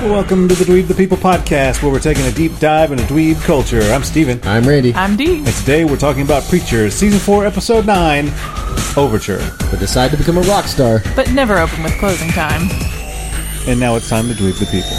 Welcome to the Dweeb the People podcast, where we're taking a deep dive into dweeb culture. I'm Steven, I'm Randy. I'm D. and today we're talking about Preachers, Season 4, Episode 9, Overture. But decide to become a rock star. But never open with closing time. And now it's time to Dweeb the People.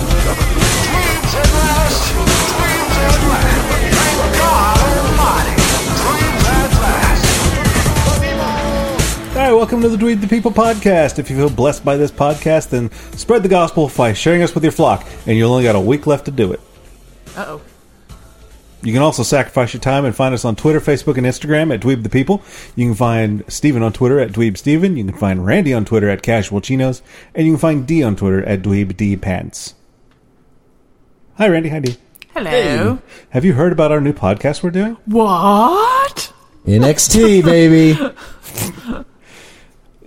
Dreams at last, dreams at last. Thank God Almighty, dreams at last. All right, welcome to the Dweeb the People podcast. If you feel blessed by this podcast, then spread the gospel by sharing us with your flock, and you only got a week left to do it. Uh oh. You can also sacrifice your time and find us on Twitter, Facebook, and Instagram at Dweeb the People. You can find Steven on Twitter at Dweeb Steven. You can find Randy on Twitter at Casual Chinos. And you can find D on Twitter at Dweeb D Pants. Hi, Randy. Hi, D. Hello. Have you heard about our new podcast we're doing? What? NXT, baby.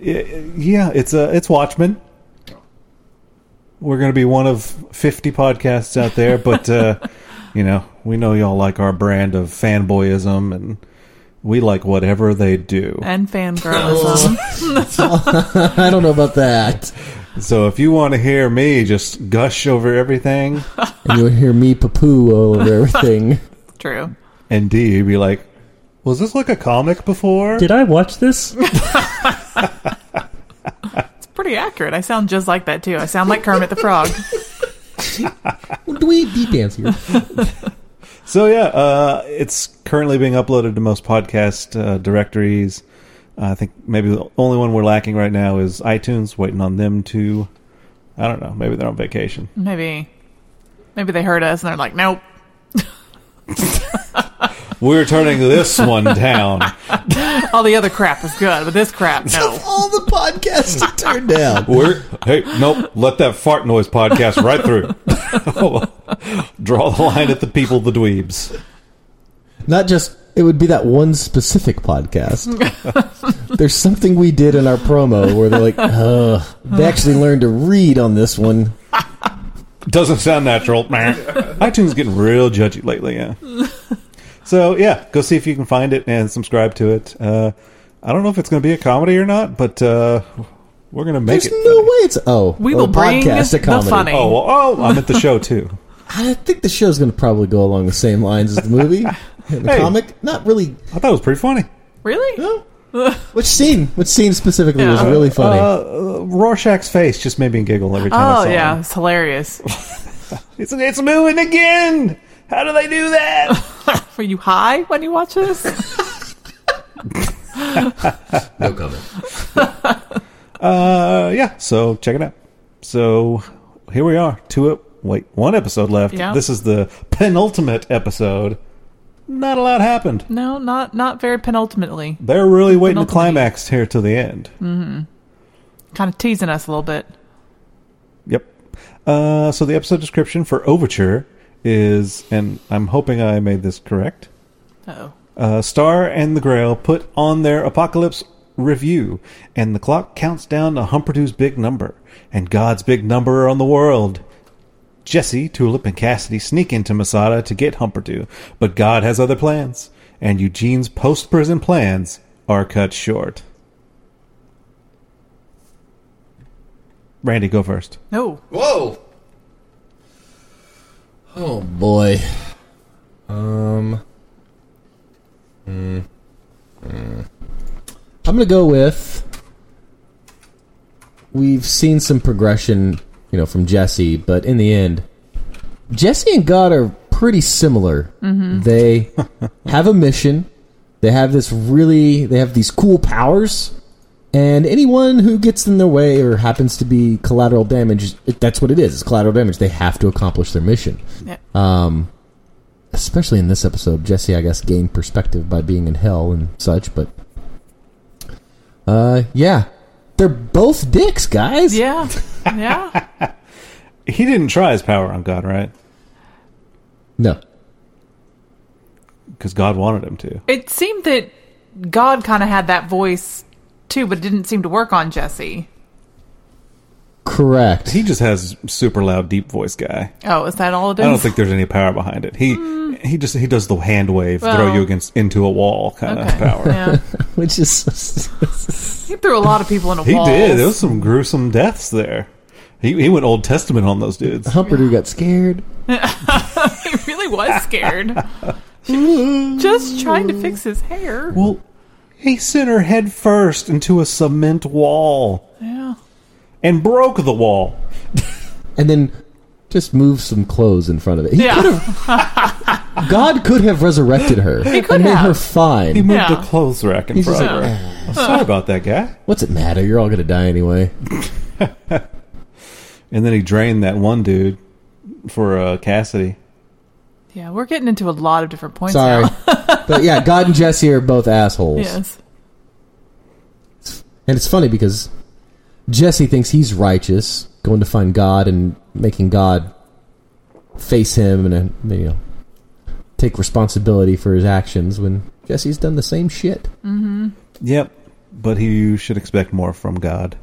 Yeah, it's uh, it's Watchmen. We're going to be one of 50 podcasts out there, but, uh, you know, we know y'all like our brand of fanboyism, and we like whatever they do. And fangirlism. I don't know about that. So if you want to hear me just gush over everything, And you'll hear me poo all over everything. True. and D be like, "Was this like a comic before?" Did I watch this? It's pretty accurate. I sound just like that too. I sound like Kermit the Frog. Do we deep dance here? so yeah, uh, it's currently being uploaded to most podcast uh, directories. I think maybe the only one we're lacking right now is iTunes. Waiting on them to. I don't know. Maybe they're on vacation. Maybe. Maybe they heard us and they're like, nope. We're turning this one down. All the other crap is good, but this crap, no. all the podcasts to turn down. We're hey, nope. Let that fart noise podcast right through. Draw the line at the people, the dweebs. Not just it would be that one specific podcast. There's something we did in our promo where they're like, Ugh. they actually learned to read on this one. Doesn't sound natural. Meh. iTunes is getting real judgy lately, yeah. So yeah, go see if you can find it and subscribe to it. Uh, I don't know if it's going to be a comedy or not, but uh, we're going to make There's it. no funny. way it's oh We or will bring podcast to the comedy. funny. Oh well, oh, I'm at the show too. I think the show's going to probably go along the same lines as the movie. And the Hey. comic, not really. I thought it was pretty funny. Really? Oh, No. Which scene? Which scene specifically was Yeah. really funny? Uh, Rorschach's face just made me giggle every time I Oh, saw yeah. it. It's hilarious. It's it's moving again. How do they do that? Were you high when you watch this? no comment. uh, yeah. So check it out. So here we are. Two ep- wait, one episode left. Yeah. This is the penultimate episode. Not a lot happened. No, not not very penultimately. They're really waiting to Penultimate. Mm. climax here to the end. Kind of teasing us a little bit. Yep. Uh, so the episode description for Overture is, and I'm hoping I made this correct. Uh oh. Uh, Star and the Grail put on their apocalypse review, and the clock counts down to Humperdoo's big number, and God's big number on the world. Jesse, Tulip, and Cassidy sneak into Masada to get Humperdoo, but God has other plans, and Eugene's post prison plans are cut short. Randy, go first. No. Whoa! Oh boy. Um. mm, mm. I'm gonna go with. We've seen some progression, you know, from Jesse, but in the end, Jesse and God are pretty similar. They have a mission. They have this really. They have these cool powers. And anyone who gets in their way or happens to be collateral damage, it- that's what it is. It's collateral damage. They have to accomplish their mission. Yeah. Um, especially in this episode, Jesse, I guess, gained perspective by being in hell and such. But, uh, yeah, they're both dicks, guys. Yeah. Yeah. He didn't try his power on God, right? No, Because God wanted him to. It seemed that God kind of had that voice too, but it didn't seem to work on Jesse. Correct. He just has super loud, deep voice guy. Oh, is that all it is? I don't think there's any power behind it. He he just he does the hand wave, throw Mm. Well. you against into a wall kind Okay. of power. Yeah. which is He threw a lot of people in a He wall. did. There was some gruesome deaths there. He he went Old Testament on those dudes. Humperdoo got scared. he really was scared. Just trying to fix his hair. Well, he sent her head first into a cement wall Yeah. and broke the wall. and then just move some clothes in front of it. He Yeah. could have, God could have resurrected her could and made her have. He fine. moved Yeah. a clothes rack in He's front just of her. I'm sorry about that guy. What's it matter? You're all gonna die anyway. And then he drained that one dude for uh, Cassidy. Yeah, we're getting into a lot of different points Sorry, now. but yeah, God and Jesse are both assholes, yes. and it's funny because Jesse thinks he's righteous, going to find God and making God face him and uh, you know take responsibility for his actions when Jesse's done the same shit. Yep, but he should expect more from God.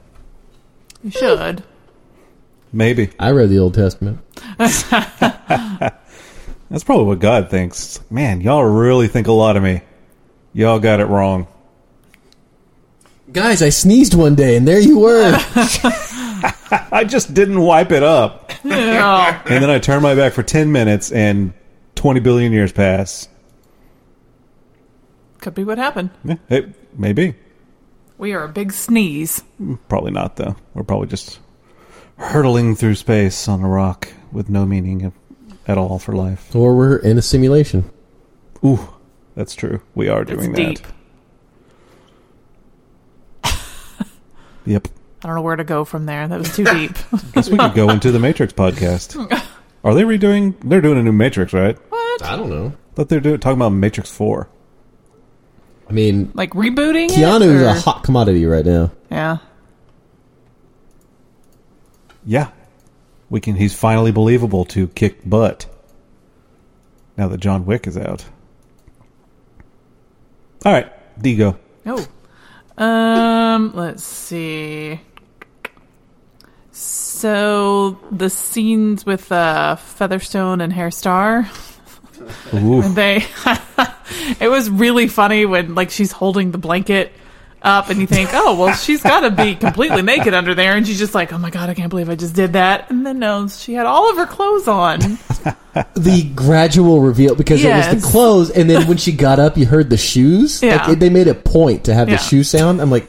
You should. Maybe I read the Old Testament. that's probably what God thinks. It's like, Man, y'all really think a lot of me. Y'all got it wrong. Guys, I sneezed one day, and there you were. I just didn't wipe it up, Yeah. and then I turned my back for ten minutes, and twenty billion years pass. Could be what happened. Yeah, it maybe. We are a big sneeze. Probably not, though. We're probably just hurtling through space on a rock with no meaning at all for life. Or we're in a simulation. Ooh, that's true. We are It's doing deep. that. Yep. I don't know where to go from there. That was too deep. Guess we could go into the Matrix podcast. Are they redoing? They're doing a new Matrix, right? I don't know. Thought they're doing talking about Matrix Four. I mean, like rebooting it, Keanu is or- a hot commodity right now. Yeah. Yeah, we can. He's finally believable to kick butt. Now that John Wick is out. All right, Digo. Oh. Um, let's see. So the scenes with uh, Featherstone and Hairstar, Ooh. they it was really funny when like she's holding the blanket up and you think, "Oh, well, she's got to be completely naked under there." And she's just like, "Oh my god, I can't believe I just did that." And then no, she had all of her clothes on. The gradual reveal because it was Yes. the clothes, and then when she got up, you heard the shoes. Yeah. Like, it- they made a point to have Yeah. the shoe sound. I'm like,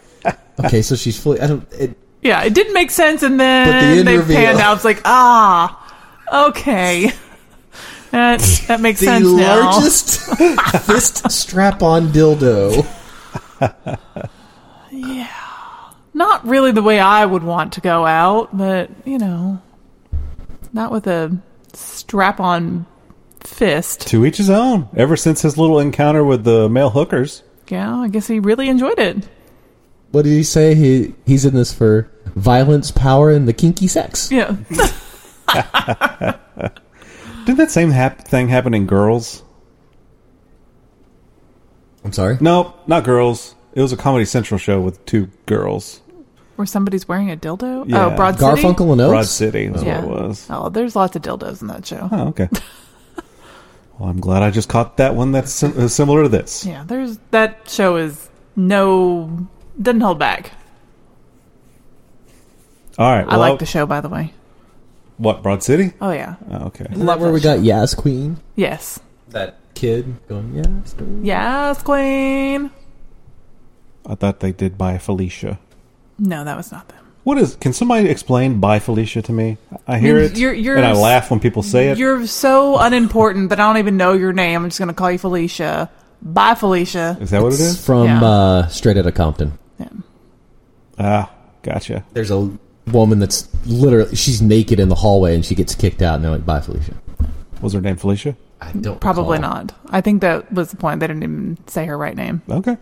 okay, so she's fully. I don't. eh, It, Yeah, it didn't make sense, and But the then end they reveal- panned out. It's like, ah, okay, that that makes the sense now. largest fist strap-on dildo. Not really the way I would want to go out, but you know, not with a strap-on fist. To each his own. Ever since his little encounter with the male hookers, Yeah, I guess he really enjoyed it. What did he say? He he's in this for violence, power, and the kinky sex. Yeah, didn't that same hap- thing happen in Girls? I'm sorry. Nope, not Girls. It was a Comedy Central show with two girls. where somebody's wearing a dildo. Yeah. Oh, Broad City. Garfunkel and Broad Oates. City was what Yeah. it was. Oh, there's lots of dildos in that show. Oh, okay. well, I'm glad I just caught that one. That's sim- uh, similar to this. Yeah, there's that show is no doesn't hold back. All right. I well, like the show, by the way. what Broad City? Oh yeah, Oh, okay. Isn't that where we got Yas Queen? yes. that kid going, yes, queen. Yes, Queen. I thought they did by Felicia. No, that was not them. What is? Can somebody explain by Felicia to me? I hear mean, it you're- you're- and I laugh when people say it. You're so unimportant that I don't even know your name. I'm just going to call you Felicia. Bye, Felicia. Is that what it It's is? from Yeah. uh, Straight Outta Compton. Yeah. Ah, gotcha. There's a woman that's literally she's naked in the hallway and she gets kicked out, and they're like, "Bye, Felicia." Was her name Felicia? I don't Probably recall. not. I think that was the point. They didn't even say her right name. Okay.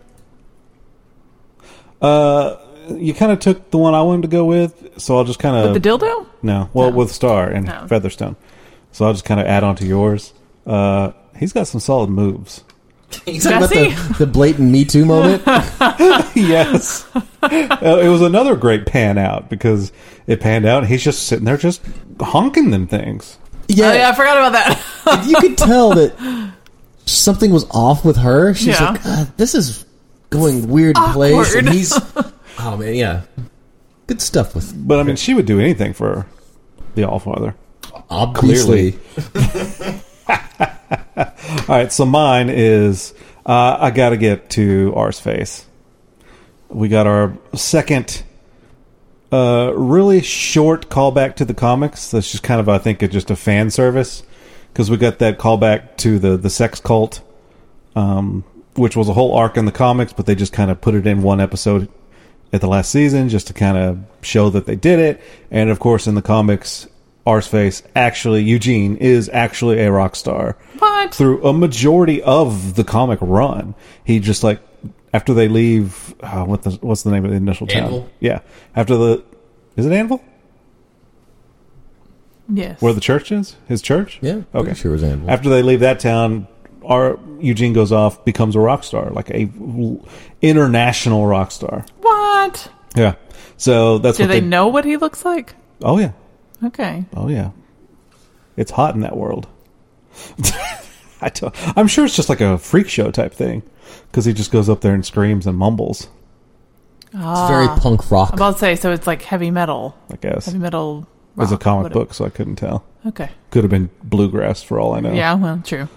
Uh, you kind of took the one I wanted to go with, so I'll just kind of The dildo? no, well No. Oh. with Star and No. Featherstone, so I'll just kind of add on to yours. Uh, he's got some solid moves. You Oh, talking about Jesse? the, the blatant Me Too moment? yes. Uh, it was another great pan out because it panned out. And he's just sitting there, just honking them things. Oh, yeah, I forgot about that. you could tell that something was off with her. She's Yeah. like, "God, this is going weird place. And awkward. he's, oh man, yeah, good stuff with But I mean, she would do anything for the Allfather. obviously. All right, so mine is uh, I got to get to R's face. We got our second uh, really short callback to the comics. That's just kind of, I think, it's just a fan service because we got that callback to the, the sex cult, um, which was a whole arc in the comics, but they just kind of put it in one episode at the last season just to kind of show that they did it. And of course, in the comics, R's face actually, Eugene is actually a rock star What? through a majority of the comic run. He just like after they leave, uh, what the, what's the name of the initial town? Anvil? Yeah, after the is it Anvil Yes. where the church is? His church? Yeah, Okay. pretty sure it was Anvil. After they leave that town, our Eugene goes off, becomes a rock star, like a l- international rock star. what? Yeah. So that's Do what they know what he looks like? Oh yeah. Okay. Oh yeah, it's hot in that world. I don't, I'm sure it's just like a freak show type thing because he just goes up there and screams and mumbles. It's Ah. very punk rock. I'm about to say, so it's like heavy metal. I guess Heavy metal. Rock, it's a comic whatever. book, so I couldn't tell. Okay. Could have been bluegrass for all I know. Yeah, well, true.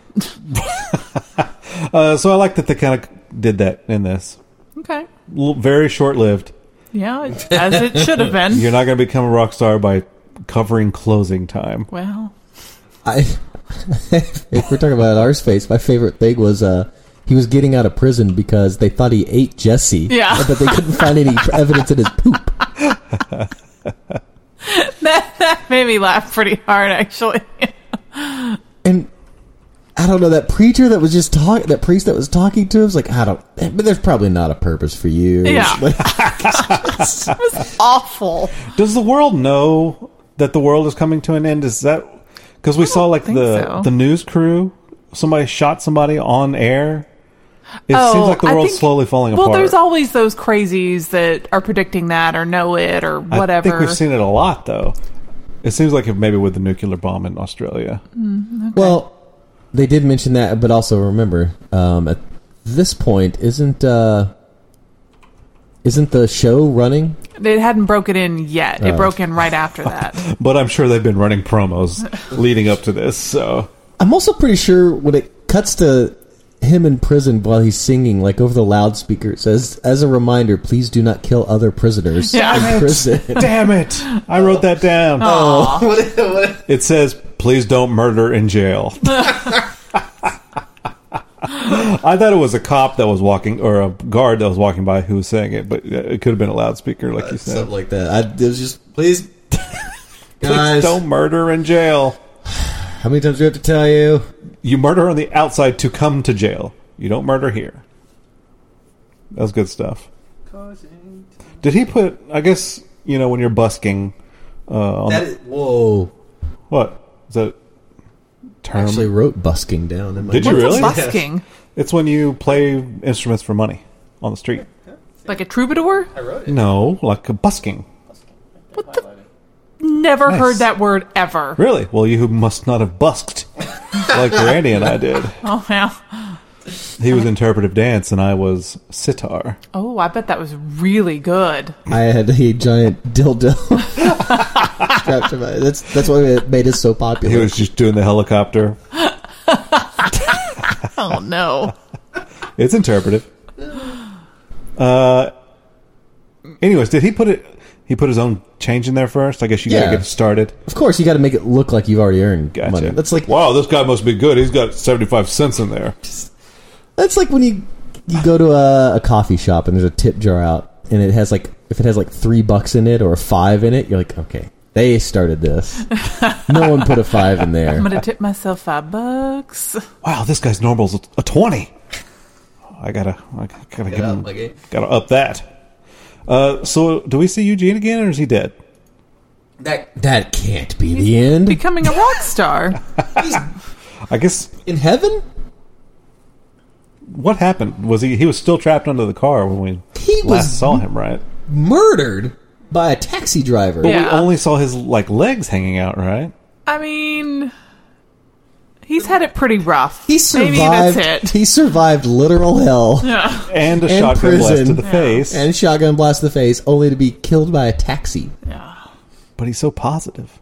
Uh, so I like that they kind of did that in this. Okay. L- very short lived. Yeah, it- as it should have been. You're not going to become a rock star by covering closing time. Well, I, if we're talking about our space, my favorite thing was uh, he was getting out of prison because they thought he ate Jesse. Yeah. but they couldn't find any evidence in his poop. that, that made me laugh pretty hard, actually. and I don't know that preacher that was just talking, that priest that was talking to him was like, I don't, but there's probably not a purpose for you. Yeah. Like, it was awful. Does the world know that the world is coming to an end? Is that because we saw like think the so. the news crew? Somebody shot somebody on air. It Oh, seems like the I world's think- slowly falling Well, apart. there's always those crazies that are predicting that or know it or I whatever. think we've seen it a lot though. It seems like if maybe with the nuclear bomb in Australia. Well, they did mention that, but also remember, um, at this point, isn't, uh, isn't the show running? It hadn't broken in yet. It Uh, Oh. broke in right after that. But I'm sure they've been running promos leading up to this. So I'm also pretty sure when it cuts to him in prison while he's singing, like over the loudspeaker, it says, as a reminder, please do not kill other prisoners Yeah. in prison. damn it, I wrote that down. Aw. It says, "Please don't murder in jail." I thought it was a cop that was walking or a guard that was walking by who was saying it, but it could have been a loudspeaker, like you said. Uh, Something like that. I, it was just, please. Please Guys, don't murder in jail. How many times do we have to tell you? You murder on the outside to come to jail. You don't murder here. That's good stuff. Did he put? I guess you know when you're busking. Uh, on That is, whoa. what is that term? Actually wrote busking down. In Um, my Did you What's really? a busking? It's when you play instruments for money on the street. Like a troubadour? No, like a busking. What the? Never Nice. heard that word ever. Really? Well, you must not have busked like Randy and I did. Oh, yeah. He was interpretive dance and I was sitar. Oh, I bet that was really good. I had a giant dildo strapped to my. That's that's why it made us so popular. He was just doing the helicopter. Oh no. It's interpretive. Uh, anyways, did he put it? He put his own change in there first. I guess you got Yeah. to get it started. of course, you got to make it look like you've already earned Gotcha. money. That's like wow, this guy must be good. He's got seventy-five cents in there. that's like when you you go to a, a coffee shop and there's a tip jar out and it has like if it has like three bucks in it or five in it, you're like, okay, they started this. no one put a five in there. I'm gonna tip myself five bucks. Wow, this guy's normal's a, a twenty. I gotta, I gotta give him, up, like it- gotta up that. Uh, so, do we see Eugene again, or is he dead? That that can't be the end. Becoming a rock star. I guess In heaven. What happened? Was he? He was still trapped under the car when we He last was- saw him, right? Murdered by a taxi driver. But we Yeah. only saw his like legs hanging out, right? I mean, he's had it pretty rough. He survived. Maybe that's it. He survived literal hell yeah. And a And shotgun blast to prison. the face. and shotgun blast to the face, only to be killed by a taxi. yeah. but he's so positive.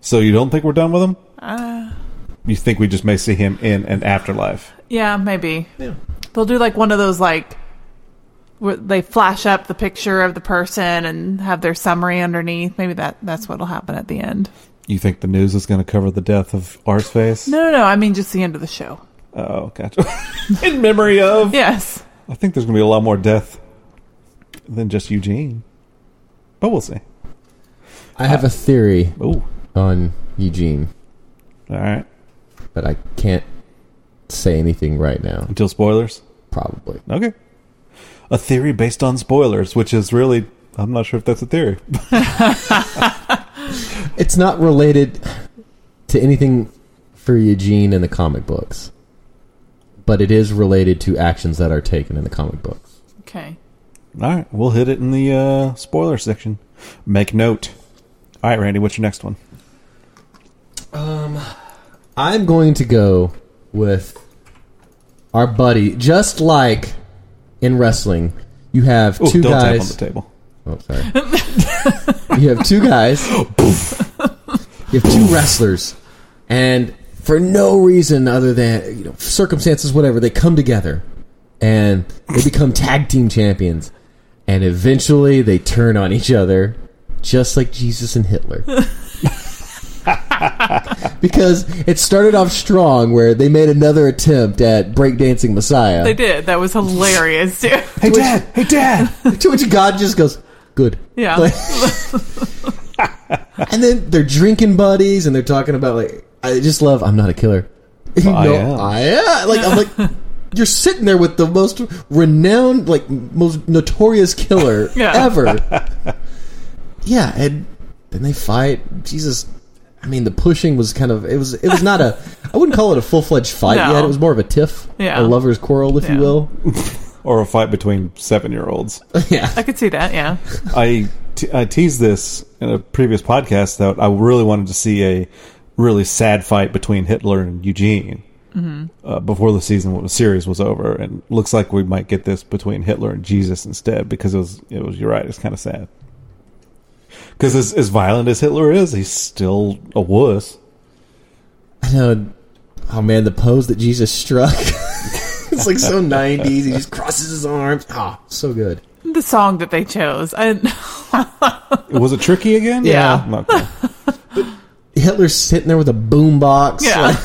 So you don't think we're done with him? Uh, you think we just may see him in an afterlife? Yeah, maybe. They'll do like one of those like where they flash up the picture of the person and have their summary underneath. Maybe that that's what'll happen at the end. You think the news is going to cover the death of Arseface? No, no, no. I mean just the end of the show. Oh, gotcha. in memory of. Yes. I think there's going to be a lot more death than just Eugene. But we'll see. I have a theory Oh, on Eugene, all right. but I can't say anything right now. Until spoilers. Probably. Okay. A theory based on spoilers, which is really. I'm not sure if that's a theory. It's not related to anything for Eugene in the comic books, but it is related to actions that are taken in the comic books. Okay. All right, we'll hit it in the uh, spoiler section. Make note. All right, Randy, what's your next one? I'm going to go with our buddy, just like in wrestling, you have Ooh, 2 don't tap on guys. the table. Oh, sorry. you have two guys. you have two wrestlers, and for no reason other than you know circumstances, whatever, they come together and they become tag team champions, and eventually they turn on each other, just like Jesus and Hitler. because it started off strong, where they made another attempt at breakdancing Messiah. They did. That was hilarious too. Hey, Dad! Hey, Dad! To which God just goes, "Good." Yeah. Like- and then they're drinking buddies, and they're talking about like, I just love. I'm not a killer. You I know, am. I am. Like I'm like, you're sitting there with the most renowned, like most notorious killer Yeah. ever. yeah, and then they fight. Jesus. I mean, the pushing was kind of it was it was not a I wouldn't call it a full fledged fight No. yet. It was more of a tiff, Yeah. a lovers' quarrel, if you Yeah. will. Or a fight between seven year olds. yeah, I could see that. Yeah. I, te- I teased this in a previous podcast that I really wanted to see a really sad fight between Hitler and Eugene uh, before the season the series was over, and looks like we might get this between Hitler and Jesus instead because it was it was you're right, it's kind of sad because as, as violent as Hitler is, he's still a wuss. No. Oh man, the pose that Jesus struck. it's like so 90s. He just crosses his arms. Ah, so good. The song that they chose. I, Was it tricky again? Yeah. Okay. Hitler's sitting there with a boombox. yeah.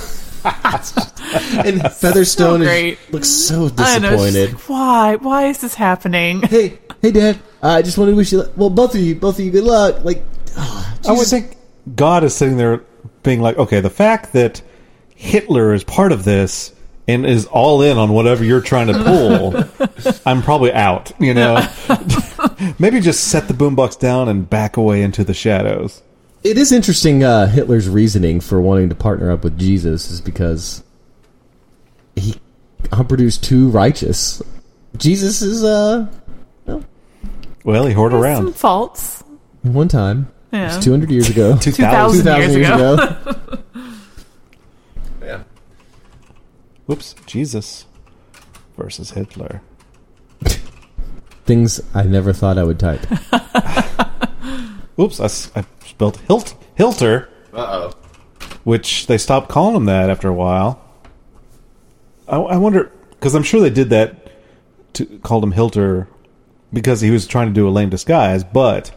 Like, and Featherstone great. is, looks so I know. She's disappointed. like, Why? Why is this happening? Hey, hey, Dad. Uh, I just wanted to wish you, luck- well, both of you, both of you, good luck. Like, ah, I would Jesus. think God is sitting there being like, okay, the fact that Hitler is part of this and is all in on whatever you're trying to pull, I'm probably out, you know? Maybe just set the boombox down and back away into the shadows. it is interesting. Uh, Hitler's reasoning for wanting to partner up with Jesus is because he Humperdue's too righteous. Jesus is uh Well, he hoard Some around. faults. one time. It Yeah. was 200 years ago. 2000. 2000 years ago. Whoops, Jesus versus Hitler. Things I never thought I would type. Oops, I, s- I spelled Hilt, Hilter. Uh oh. Which they stopped calling him that after a while. I, I wonder because I'm sure they did that to called him Hilter because he was trying to do a lame disguise. But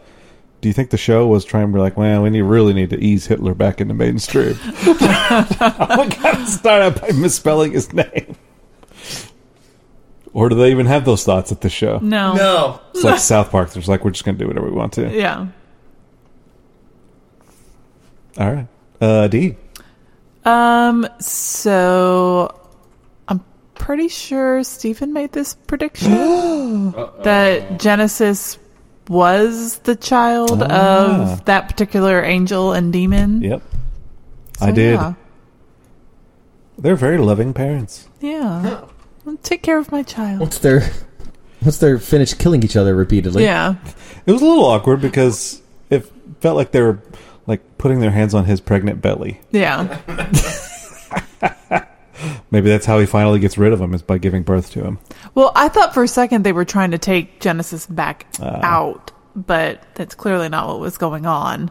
do you think the show was trying to be like, well, we need, really need to ease Hitler back into mainstream? we gotta start out by misspelling his name. Or do they even have those thoughts at the show? No. No. It's like South Park. There's like we're just gonna do whatever we want to. Yeah. All right. Uh, D. Um. So, I'm pretty sure Stephen made this prediction that Genesis was the child Ah. of that particular angel and demon. Yep. So, I did. yeah. They're very loving parents. Yeah. Well, Take care of my child. Once they're once they're finished killing each other repeatedly. Yeah. It was a little awkward because it felt like they were like putting their hands on his pregnant belly. Yeah. Maybe that's how he finally gets rid of him is by giving birth to him. Well, I thought for a second they were trying to take Genesis back out, but that's clearly not what was going on.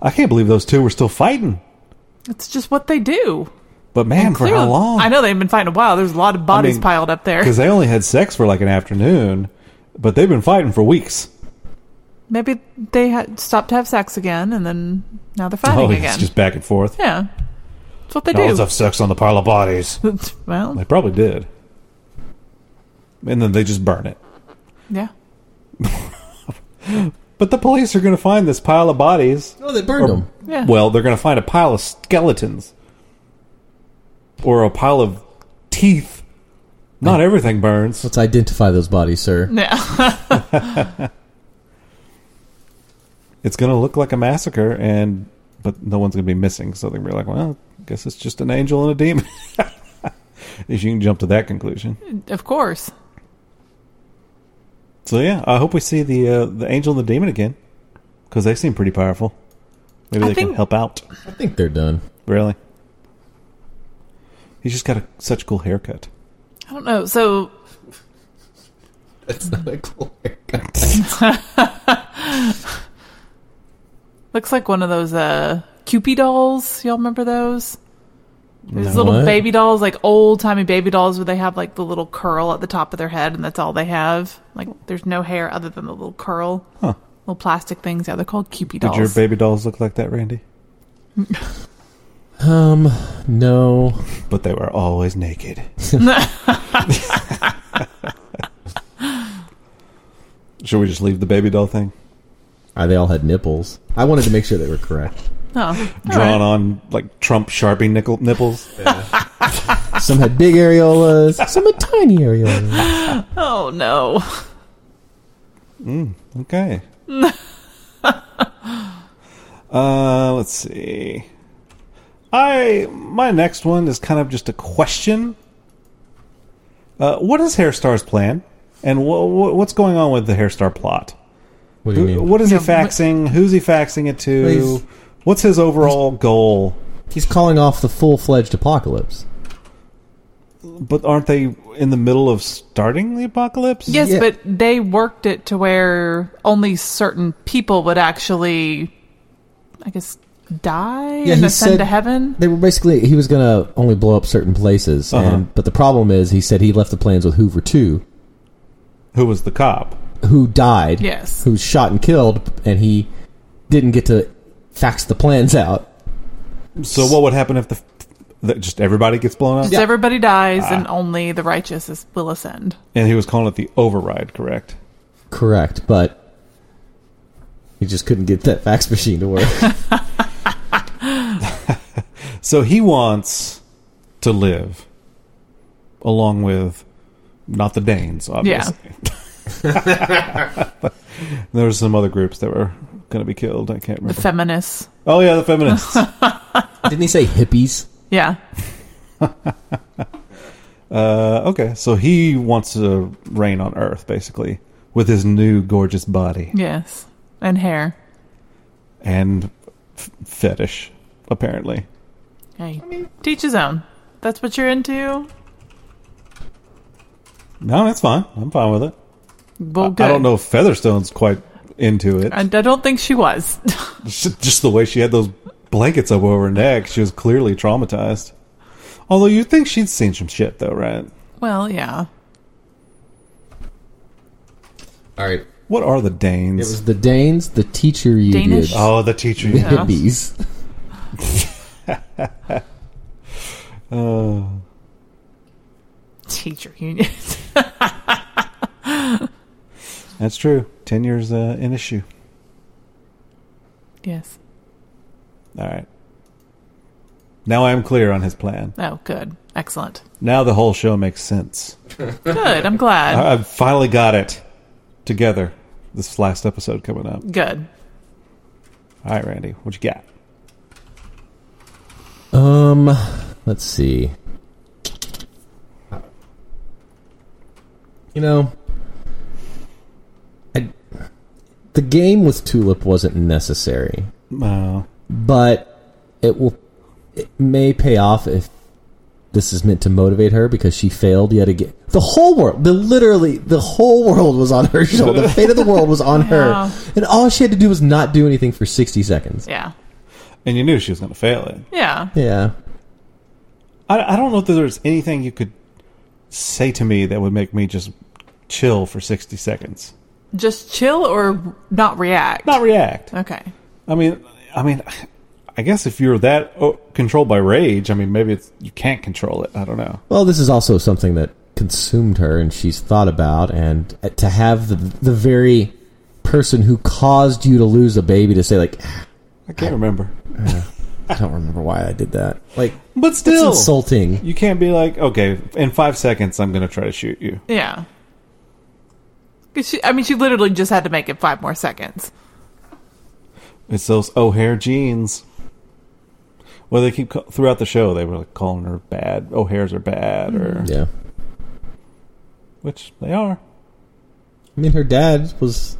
I can't believe those two were still fighting. It's just what they do. But man, for how Clearly- long? I know they've been fighting a while. There's a lot of bodies mean, piled up there. Because they only had sex for like an afternoon, but they've been fighting for weeks. Maybe they had stopped to have sex again, and then now they're fighting Oh, again. it's just back and forth. yeah, that's what they Y'all do. have sex on the pile of bodies. well, They probably did. And then they just burn it. yeah, But the police are going to find this pile of bodies. Oh, they burned Or- them. yeah. Well, they're going to find a pile of skeletons or a pile of teeth. Not everything burns. Let's identify those bodies, sir. yeah. It's going to look like a massacre, and but no one's going to be missing. So they're going to be like, well, I guess it's just an angel and a demon. if you can jump to that conclusion. of course. So yeah, I hope we see the uh, the angel and the demon again because they seem pretty powerful. Maybe I they can think- help out. I think they're done. Really, he's just got a, such a cool haircut. I don't know. So That's not a cool looks like one of those uh Cupid dolls. Y'all remember those? There's No. little What? baby dolls, like old timey baby dolls, where they have like the little curl at the top of their head, and that's all they have. Like there's no hair other than the little curl. Huh. Little plastic things. Yeah, they're called Cupid Did dolls. your baby dolls look like that, Randy? Um, no. But they were always naked. Should we just leave the baby doll thing Ah, they all had nipples. I wanted to make sure they were correct. oh, all drawn right. on like Trump Sharpie nickel- nipples? Some had big areolas. Some had tiny areolas. Oh no. Okay. uh, let's see. I my next one is kind of just a question. Uh, what is Hairstar's plan, and wh- wh- what's going on with the Hairstar plot? What do you Who, mean? what is Yeah, he wh- faxing? Who's he faxing it Well, he's- to? What's his overall goal? He's calling off the full-fledged apocalypse. But aren't they in the middle of starting the apocalypse? Yes, Yeah. but they worked it to where only certain people would actually, I guess, die and he ascend said- to heaven. They were basically he was gonna only blow up certain places, Uh-huh. and but the problem is he said he left the plans with Hoover too, Who was the cop? who died, Yes. who was shot and killed, and he didn't get to fax the plans out. So what would happen if the, that just everybody gets blown up? Just everybody dies, Ah. and only the righteous is, will ascend. And he was calling it the override, correct? Correct, but he just couldn't get that fax machine to work. So he wants to live along with not the Danes, obviously. there were some other groups that were going to be killed. I can't The remember. feminists. oh, yeah, the feminists. didn't he say hippies? Yeah. uh, okay, so he wants to reign on Earth, basically, with his new gorgeous body Yes. And hair. and f- fetish, apparently. Hey. Teach his own. That's what you're into? No, that's fine. I'm fine with it. Well, I good. don't know if Featherstone's quite into it. And I don't think she was. Just just the way she had those blankets up over her neck, she was clearly traumatized. Although you'd think she'd seen some shit, though, right? well, yeah. All right. What are the It Danes? was the Danes, the teacher Danish? Danish, oh, the teacher. the Yeah. hippies. Uh, Teacher union. that's true. Ten years uh, in issue. yes. All right. Now I am clear on his plan. Oh, good. Excellent. Now the whole show makes sense. Good. I'm glad. I- I've finally got it together. This last episode coming up. Good. All right, Randy, what you got? Um, let's see. you know, I, the game with Tulip wasn't necessary, Uh, but it will. It may pay off if this is meant to motivate her because she failed yet again. The whole world, the literally, the whole world was on her shoulder. The fate of the world was on Yeah. her, and all she had to do was not do anything for sixty seconds. Yeah. and you knew she was going to fail it. Yeah. Yeah. I, I don't know if there's anything you could say to me that would make me just chill for 60 seconds. Just chill or not react. Not react. okay. I mean, I mean, I guess if you're that oh, controlled by rage, I mean, maybe it's, you can't control it. I don't know. Well, this is also something that consumed her and she's thought about, and to have the, the very person who caused you to lose a baby to say, like, I can't remember. I don't remember why I did that. Like, But it's still, insulting. you can't be like, okay, in five seconds, I'm going to try to shoot you. Yeah. 'Cause She, I mean, she literally just had to make it five more seconds. It's those O'Hare jeans. Well, they keep ca- throughout the show. They were like calling her bad. O'Hares are bad, or Yeah. which they are. I mean, her dad was.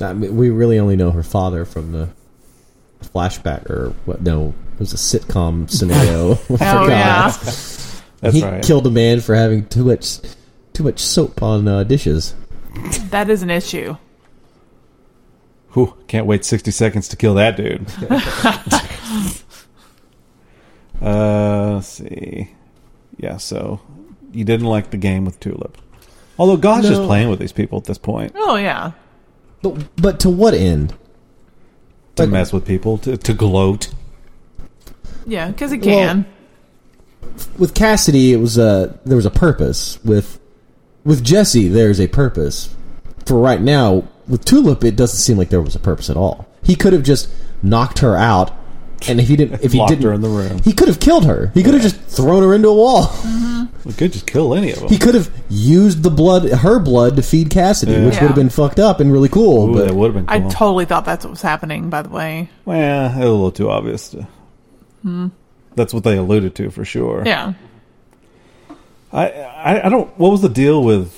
I mean, we really only know her father from the flashback, or what? No, it was a sitcom scenario. oh, Oh yeah. That's he right. killed a man for having too much, too much soap on uh, dishes. That is an issue. Whew, can't wait 60 seconds to kill that dude. uh, let's see. Yeah, so you didn't like the game with Tulip. Although God's just No. playing with these people at this point Oh yeah. But, but to what end? to But- mess with people, to, to gloat. Yeah, because it can. with Cassidy, it was a there was a purpose. With with Jesse, there's a purpose. For right now, with Tulip, it doesn't seem like there was a purpose at all. He could have just knocked her out, and if he didn't, if he Locked didn't, her in the room. he could have killed her. He could have just thrown her into a wall. We could just kill any of them. He could have used the blood, her blood, to feed Cassidy, which Yeah. would have been fucked up and really cool. Ooh, but that would have been I cool. totally thought that's what was happening. By the way. well, it was a little too obvious. To, That's what they alluded to for sure. Hmm. Yeah. I, I, I don't. What was the deal with.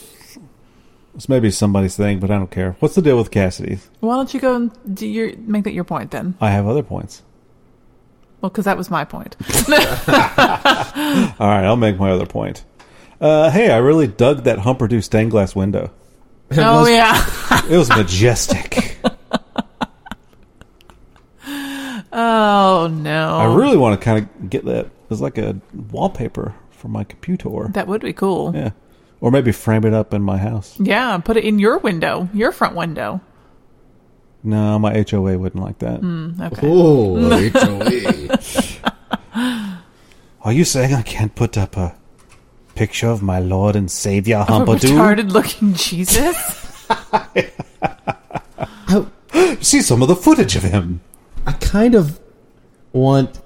This may be somebody's thing, but I don't care. What's the deal with Cassidy? Why don't you go and do your make that your point then? I have other points. Well, because that was my point. All right, I'll make my other point. Uh, hey, I really dug that Humperdew stained glass window. oh was- yeah. It was majestic. Oh no. I really want to kind of get that as like a wallpaper for my computer. that would be cool. yeah, or maybe frame it up in my house. Yeah, put it in your window, your front window. No, my HOA wouldn't like that. Hmm. Okay. Ooh, HOA. Are you saying I can't put up a picture of my Lord and Savior A Humperdew? retarded looking Jesus. I, See some of the footage of him. I kind of want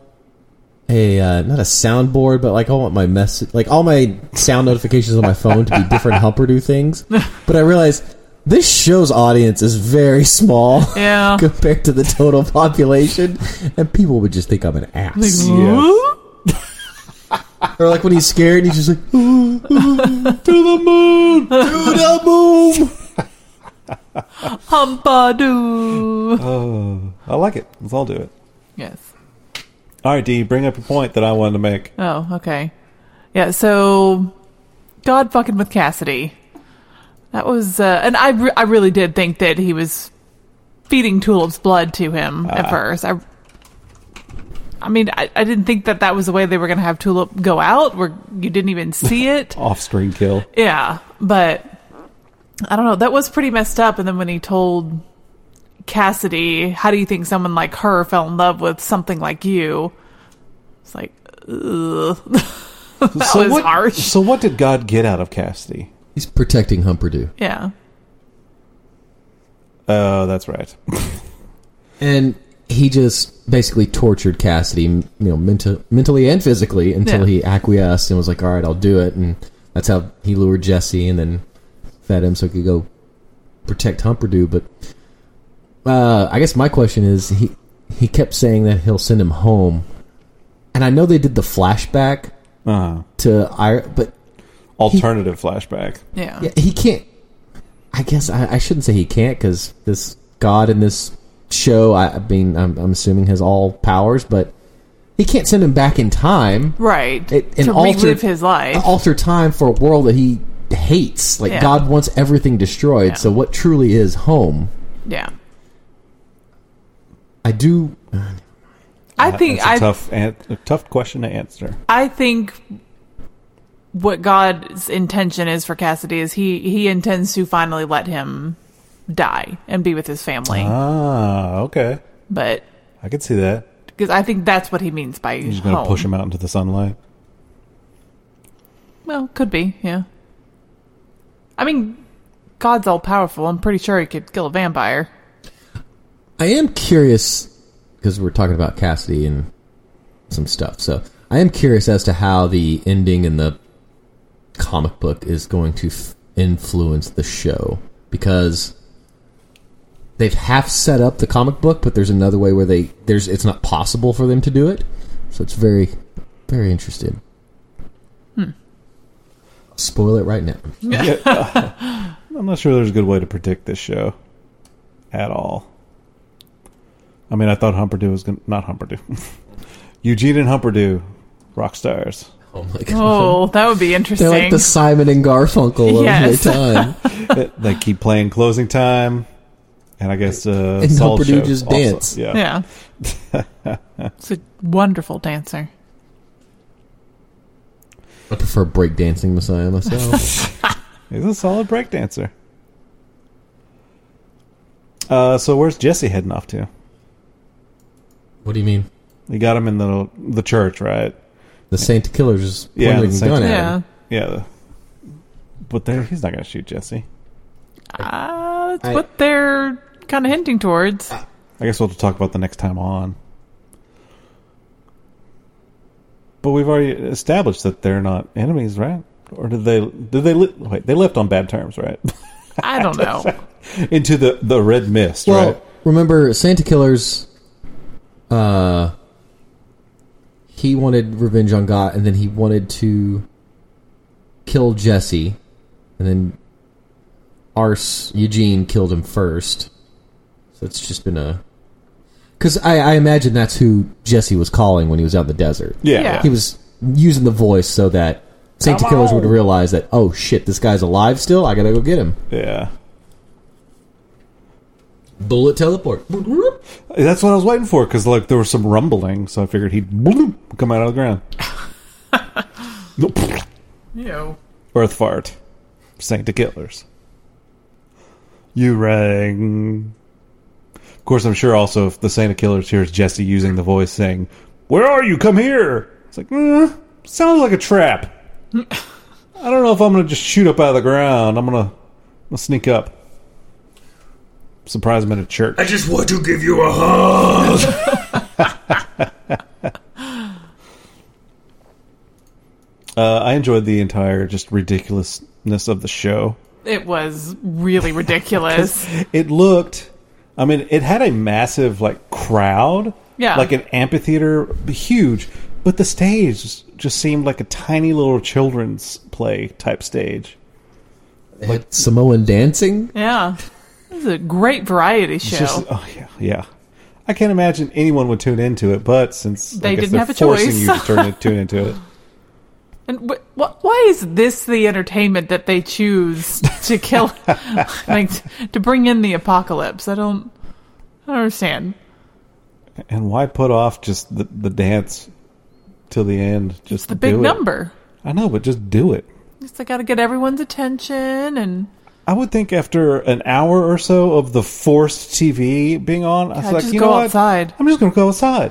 a uh, not a soundboard, but like I want my message, like all my sound notifications on my phone to be different Humperdo things. But I realize this show's audience is very small Yeah. compared to the total population, and people would just think I'm an ass. Yes. or like when he's scared, he's just like "Ooh, ooh, to the moon, to the moon. Humpadoo. Oh, I like it. Let's all do it. Yes. All right, D, bring up a point that I wanted to make. Oh, okay. Yeah, so God fucking with Cassidy. That was, uh, and I, re- I really did think that he was feeding Tulip's blood to him at first. I, I mean, I, I didn't think that that was the way they were going to have Tulip go out, where you didn't even see it. Off-screen kill. Yeah, but I don't know. That was pretty messed up. And then when he told Cassidy, "How do you think someone like her fell in love with something like you?" It's like, ugh. that was what, harsh. So what did God get out of Cassidy? He's protecting Humperdo. Yeah, Oh, that's right. and he just basically tortured Cassidy, m- you know, mental, mentally and physically, until Yeah. he acquiesced and was like, "All right, I'll do it." And that's how he lured Jesse, and then fed him so he could go protect Humperdew. But uh, I guess my question is, he he kept saying that he'll send him home, and I know they did the flashback Uh-huh. to I, but alternative flashback. Yeah. Yeah, he can't. I guess I, I shouldn't say he can't because this god in this show, I, I mean, I'm, I'm assuming has all powers, but he can't send him back in time Right. it, and to alter, relive his life. alter time for a world that he hates. Like Yeah. God wants everything destroyed. Yeah. So what truly is home? yeah. I do. I think That's a I tough, an- a tough question to answer. I think what God's intention is for Cassidy is he he intends to finally let him die and be with his family. Ah, okay, But I can see that. because I think that's what he means by He's going to home. push him out into the sunlight. Well, could be, yeah. I mean, God's all powerful. I'm pretty sure he could kill a vampire. I am curious because we're talking about Cassidy and some stuff. So I am curious as to how the ending in the comic book is going to f- influence the show because they've half set up the comic book, but there's another way where they there's it's not possible for them to do it. So it's very very interesting. Hmm. Spoil it right now. Yeah. I'm not sure there's a good way to predict this show at all. I mean, I thought Humperdew was going to. Not Humperdew. Eugene and Humperdew, rock stars. Oh my god. Oh, that would be interesting. They're like the Simon and Garfunkel of Yes. their time. they they keep playing closing time. And I guess uh, And Saul Humperdew shows just also. dance. Yeah. yeah. it's a wonderful dancer. I prefer breakdancing Messiah myself. he's a solid breakdancer. Uh, so where's Jesse heading off to? what do you mean? You got him in the the church, right? The Santa Killer's just Yeah, pointing the a Santa- gun at Yeah. him. Yeah. the- But there, he's not going to shoot Jesse. Uh, that's I- what they're kind of hinting towards. I guess we'll talk about the next time on. But we've already established that they're not enemies, right? Or did they? Did they? Li- wait, they left on bad terms, right? I don't know. Into the the red mist, Well, right? remember Santa Killer's. Uh, he wanted revenge on God, and then he wanted to kill Jesse, and then Arse Eugene killed him first. So it's just been a. Because I, I imagine that's who Jesse was calling when he was out in the desert. Yeah. yeah. he was using the voice so that Saint Come Killers would on. realize that oh shit, this guy's alive still. I gotta go get him. Yeah. Bullet teleport. That's what I was waiting for because like there was some rumbling, so I figured he'd bloop, come out of the ground. No, Ew. Earth fart, Sancta Killers. You rang. Of course, I'm sure also if the Santa Killers hears Jesse using the voice saying, Where are you? Come here! It's like, eh, sounds like a trap. I don't know if I'm going to just shoot up out of the ground. I'm going to sneak up. Surprise him at a church. I just want to give you a hug. Uh, I enjoyed the entire just ridiculousness of the show. It was really ridiculous. It looked, I mean, it had a massive like crowd, Yeah. like an amphitheater, huge, but the stage just seemed like a tiny little children's play type stage. Samoan dancing. yeah. It was a great variety show. It's just, oh yeah, yeah. I can't imagine anyone would tune into it, but since They I guess didn't they're have a forcing choice. you to turn it, tune into it, And wh- wh- why is this the entertainment that they choose to kill, like to bring in the apocalypse? I don't, I don't understand. and why put off just the, the dance till the end? Just The big do it. number. I know, but just do it. It's like got to get everyone's attention, and I would think after an hour or so of the forced TV being on, I was Yeah, like, just you go know what? outside. I'm just going to go outside.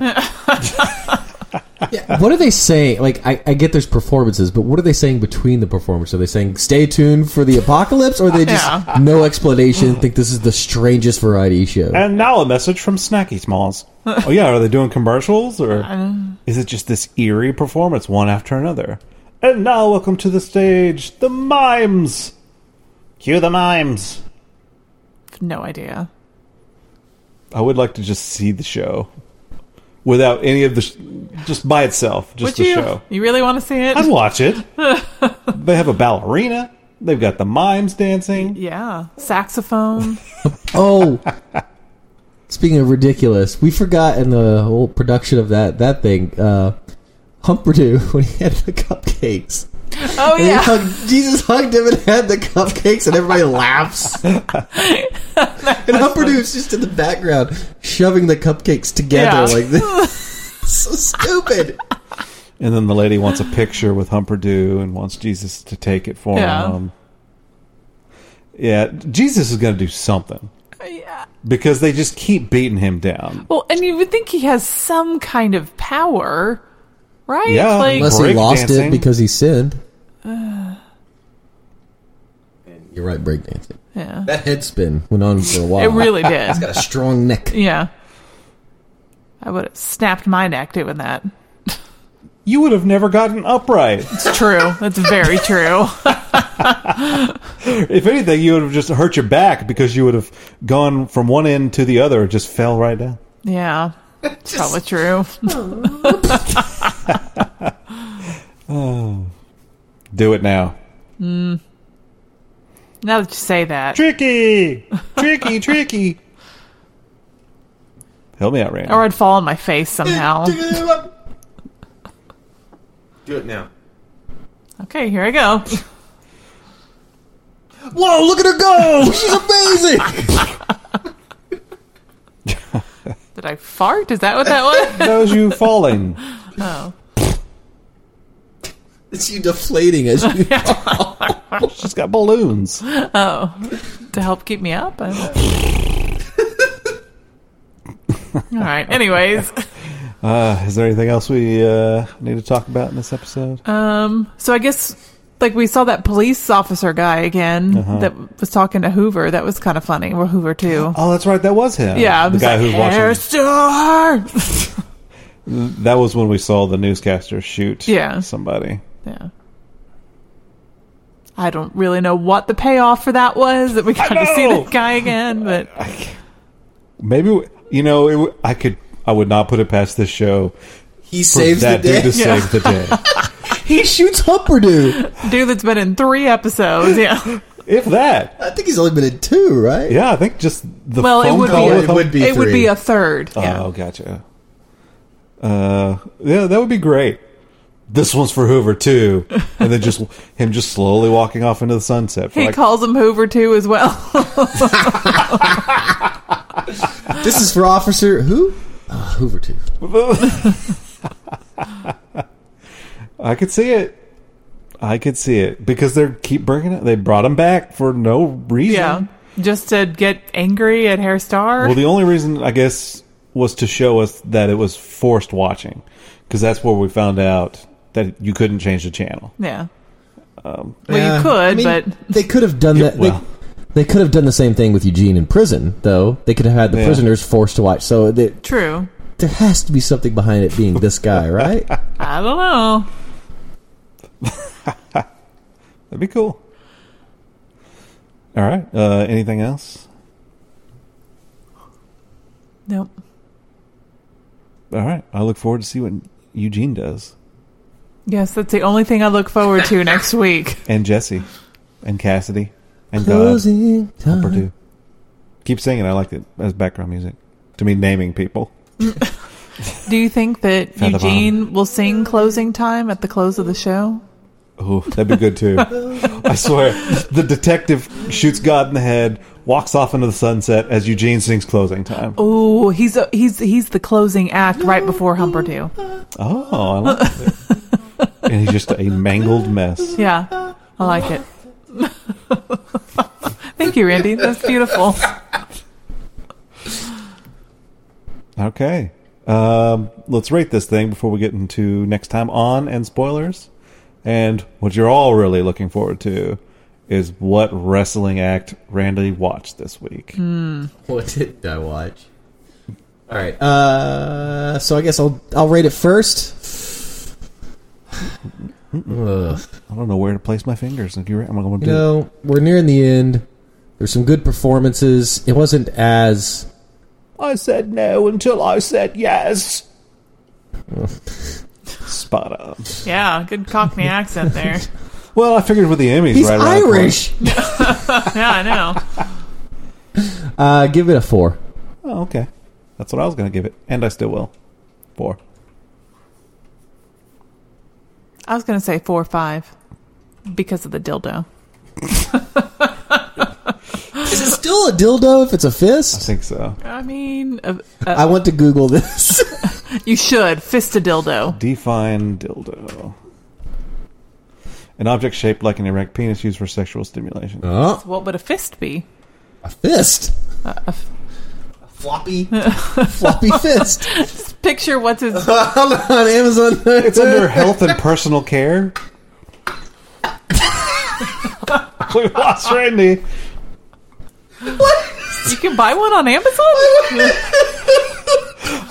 what are they saying? Like I, I get there's performances, but what are they saying between the performances? Are they saying stay tuned for the apocalypse, or are they just Yeah. no explanation? Think this is the strangest variety show. and now a message from Snacky Smalls. oh yeah, are they doing commercials or is it just this eerie performance one after another? And now welcome to the stage, the mimes. Cue the mimes. no idea. I would like to just see the show without any of the, sh- just by itself, just Would the you? show. You really want to see it? I'd watch it. They have a ballerina. They've got the mimes dancing. Yeah. Saxophone. Oh, speaking of ridiculous, we forgot in the whole production of that that thing, uh, Humperdew when he had the cupcakes. Oh, And he yeah. hugged- Jesus hugged him and had the cupcakes, and everybody laughs. and Humperdude's just in the background shoving the cupcakes together Yeah. like this. so stupid. And then the lady wants a picture with Humperdew and wants Jesus to take it for Yeah. him. Yeah, Jesus is going to do something yeah. because they just keep beating him down. Well, and you would think he has some kind of power, right? Yeah. Like, Unless he Break lost it dancing. because he sinned. You're right, breakdancing. yeah. That head spin went on for a while. It really did. got a strong neck. yeah. I would have snapped my neck doing that. You would have never gotten upright. It's true. That's very true. if anything, you would have just hurt your back because you would have gone from one end to the other, just fell right down. Yeah. It's probably true. Do it now. Now that you say that. Tricky! Tricky, tricky. Help me out, Randy. Or I'd fall on my face somehow. Do it now. Okay, here I go. Whoa, look at her go! She's amazing! Did I fart? Is that what that was? Those you falling. it's you deflating as you She's got balloons. Uh, to help keep me up? I don't- All right. Anyways, Uh, is there anything else we uh, need to talk about in this episode? so I guess like we saw that police officer guy again Uh-huh. that was talking to Hoover. That was kind of funny. Well, Hoover too. oh, that's right. That was him. yeah, I'm the just guy like, who's watching. "Hair store!" That was when we saw the newscaster shoot. Yeah. somebody. yeah. I don't really know what the payoff for that was that we got to see know! that guy again, but Maybe we- you know. It, w- I could. I would not put it past this show. He for saves the that day. dude to save the day. He shoots Humperdew. dude that's been in three episodes, yeah. if that. I think he's only been in two, right? Yeah, I think just the Well, it phone would be call a- with it would be. it would three. be a third. Yeah. Oh, gotcha. Uh, yeah, that would be great. This one's for Hoover too, and then just him just slowly walking off into the sunset. For he like, calls him Hoover too as well. This is for Officer who? Uh, Hoover two. I could see it. I could see it because they keep bringing it. They brought him back for no reason. Yeah. Just to get angry at Hair Star. Well, the only reason I guess was to show us that it was forced watching because that's where we found out that you couldn't change the channel. yeah. um, well, you could, but they could have done that. well. They, they could have done the same thing with Eugene in prison, though. They could have had the Yeah. prisoners forced to watch. So they, true. there has to be something behind it being this guy, right? I don't know. That'd be cool. All right. Uh, anything else? Nope. All right. I look forward to see what Eugene does Yes, that's the only thing I look forward to next week. and Jesse and Cassidy and God. Closing time. Purdue. Keep singing. I like it as background music. To me, naming people. Do you think that Feather Eugene will sing closing time at the close of the show? Ooh, that'd be good too. I swear. The detective shoots God in the head, walks off into the sunset as Eugene sings closing time. Oh, Oh, he's a, he's he's the closing act right before Humperdew. Oh, I like that. and he's just a mangled mess. Yeah, I like it. Thank you, Randy. That's beautiful. Okay. Um, let's rate this thing before we get into next time on and spoilers. And what you're all really looking forward to is what wrestling act Randy watched this week. What did I watch? All right. Uh, so I guess I'll I'll rate it first. Ugh. I don't know where to place my fingers. If you're, I'm going to do. You know, we're nearing the end. There's some good performances. It wasn't as I said no until I said yes. Spot on. Yeah, good Cockney accent there. Well, I figured with the Emmys, He's right around the corner. Irish. Yeah, I know. Uh, give it a four. Oh, okay. That's what I was going to give it, and I still will. Four. I was gonna say four or five because of the dildo. Is it still a dildo if it's a I fist? think so. I mean, uh, uh, I want to Google this. you should fist a dildo. Define dildo. An object shaped like an erect penis used for sexual stimulation. oh, What would a fist be? a fist. a floppy, floppy fist Picture what's his on Amazon. It's under health and personal care. we lost Randy. You can buy one on Amazon.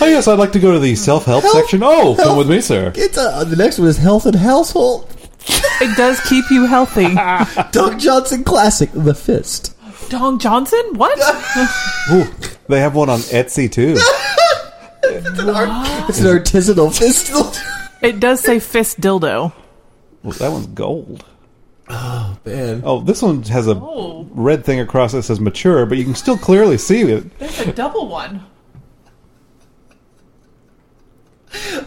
Oh, yes, I'd like to go to the self help section. Oh, come with me, sir. It's uh, the next one is health and household. it does keep you healthy. Doug Johnson classic, the fist. Dong Johnson? What? Ooh, they have one on Etsy, too. It's an artisanal fist. It does say fist dildo. Well, that one's gold. Man, Oh, this one has a Oh. red thing across that says mature, but you can still clearly see it. There's a double one.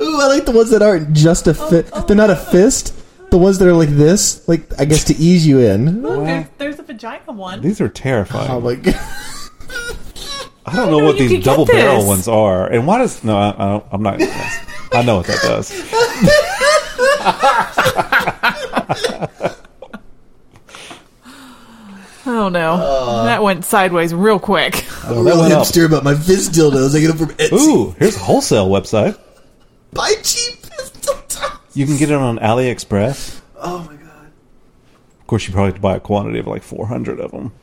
ooh, I like the ones that aren't just a fist. They're not a fist. The ones that are like this, like I guess to ease you in. Look, there's, there's a vagina one. These are terrifying. Oh my god. I don't know what Uh-huh. these you could get double barrel this. ones are, and why does no? I, I don't, I'm not. I know what that does. Oh no. Uh. that went sideways real quick. I'm a real went up. hipster about my fist dildos. I get them from Etsy. Ooh, here's a wholesale website. Buy cheap fist dildos. You can get it on AliExpress. Oh my god. Of course, you probably have to buy a quantity of like 400 of them.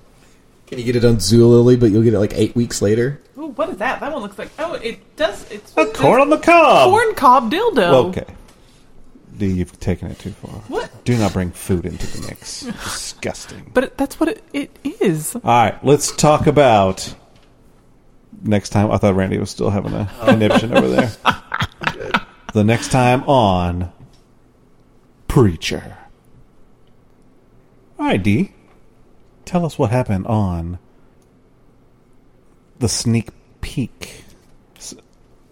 Can you get it on Zulily, but you'll get it like eight weeks later? Ooh, what is that? That one looks like oh it does it's A corn on the cob. corn cob dildo. Okay, D, you've taken it too far. Oh. What? Do not bring food into the mix. Disgusting. But it- that's what it, it is. All right, let's talk about next time. I thought Randy was still having a conniption over there. The next time on Preacher. All right, D. Tell us what happened on the sneak peek.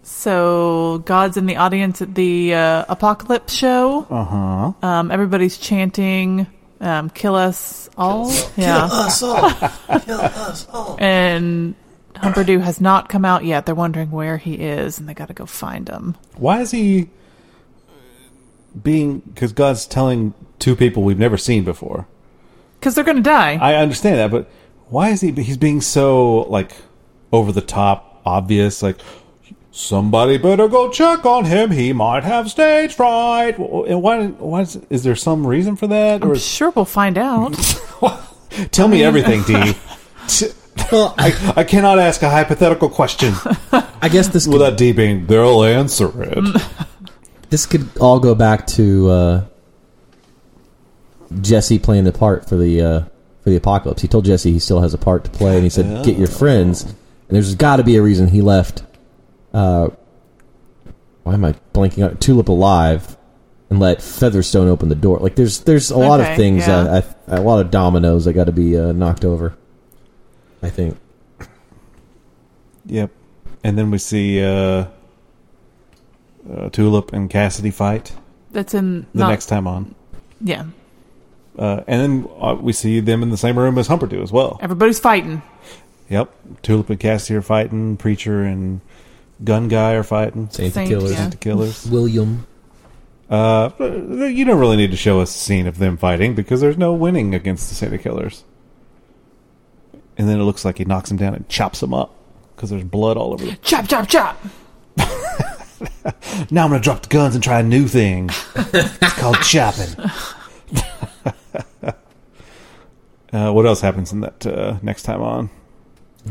So God's in the audience at the uh, apocalypse show. Uh huh. Uh-huh. Um, everybody's chanting, um, "Kill us all!" yeah, Us all. Kill us all. and Humperdew has not come out yet. They're wondering where he is, and they got to go find him. Why is he being? Because God's telling two people we've never seen before. Because they're going to die. I understand that, but why is he? He's being so like over the top, obvious. Like somebody better go check on him. He might have stage fright. Wh- And why? Why is, is there some reason for that? Or I'm sure we'll find out. tell me everything, D. T- Well, I, I, I cannot ask a hypothetical question I guess this could, without D being they'll answer it. this could all go back to uh, Jesse playing the part for the uh, for the apocalypse. He told Jesse he still has a part to play, and he said, "Get your friends." And there's got to be a reason he left. Uh, why am I blanking on Tulip alive? And let Featherstone open the door. Like there's there's a lot of Okay, things, yeah. that I, a lot of dominoes that got to be uh, knocked over. I think. Yep. And then we see uh, uh, Tulip and Cassidy fight That's in the not- next time on. Yeah, Uh, and then uh, we see them in the same room as Humperdew as well. everybody's fighting. Yep. Tulip and Cassidy are fighting. Preacher and Gun Guy are fighting. Saint, Saint, the Killers. yeah. The killers. William. Uh, you don't really need to show us a scene of them fighting because there's no winning against the Santa Killers. And then it looks like he knocks him down and chops him up because there's blood all over them. Chop, chop, chop. Now I'm going to drop the guns and try a new thing. it's called chopping. uh, what else happens in that uh, next time on?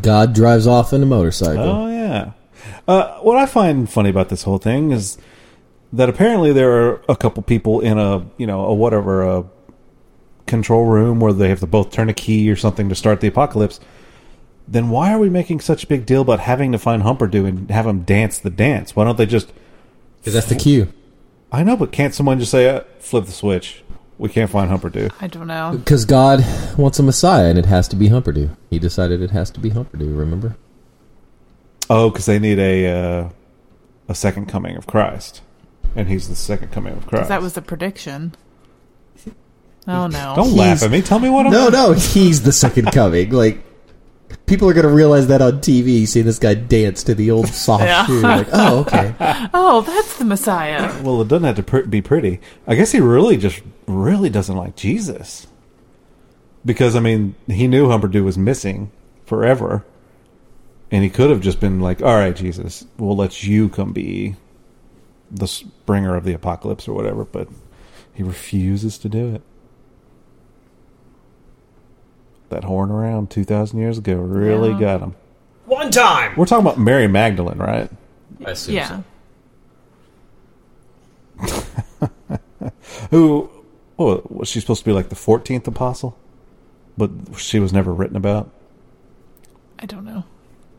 God drives off in a motorcycle. Oh yeah. Uh, what I find funny about this whole thing is that apparently there are a couple people in a you know a whatever a control room where they have to both turn a key or something to start the apocalypse. Then why are we making such a big deal about having to find Humperdew and have him dance the dance? Why don't they just? Because that's the cue. I know, but can't someone just say uh, flip the switch? We can't find Humperdew. I don't know. Because God wants a Messiah, and it has to be Humperdew. He decided it has to be Humperdew. Remember? Oh, because they need a uh, a second coming of Christ, and he's the second coming of Christ. That was the prediction. Oh no. Don't He's- laugh at me. Tell me what I'm. No, no, he's the second coming. Like people are going to realize that on TV, seeing this guy dance to the old soft Yeah. shoe. Like, oh, okay. Oh, that's the Messiah. Well, it doesn't have to pr- be pretty. I guess he really just really doesn't like Jesus, because I mean, he knew Humperdew was missing forever, and he could have just been like, "All right, Jesus, we'll let you come be the bringer of the apocalypse or whatever," but he refuses to do it. That horn around two thousand years ago really Yeah. got him. One time! We're talking about Mary Magdalene, right? I assume Yeah. Who oh, was she supposed to be like the fourteenth apostle? But she was never written about. I don't know.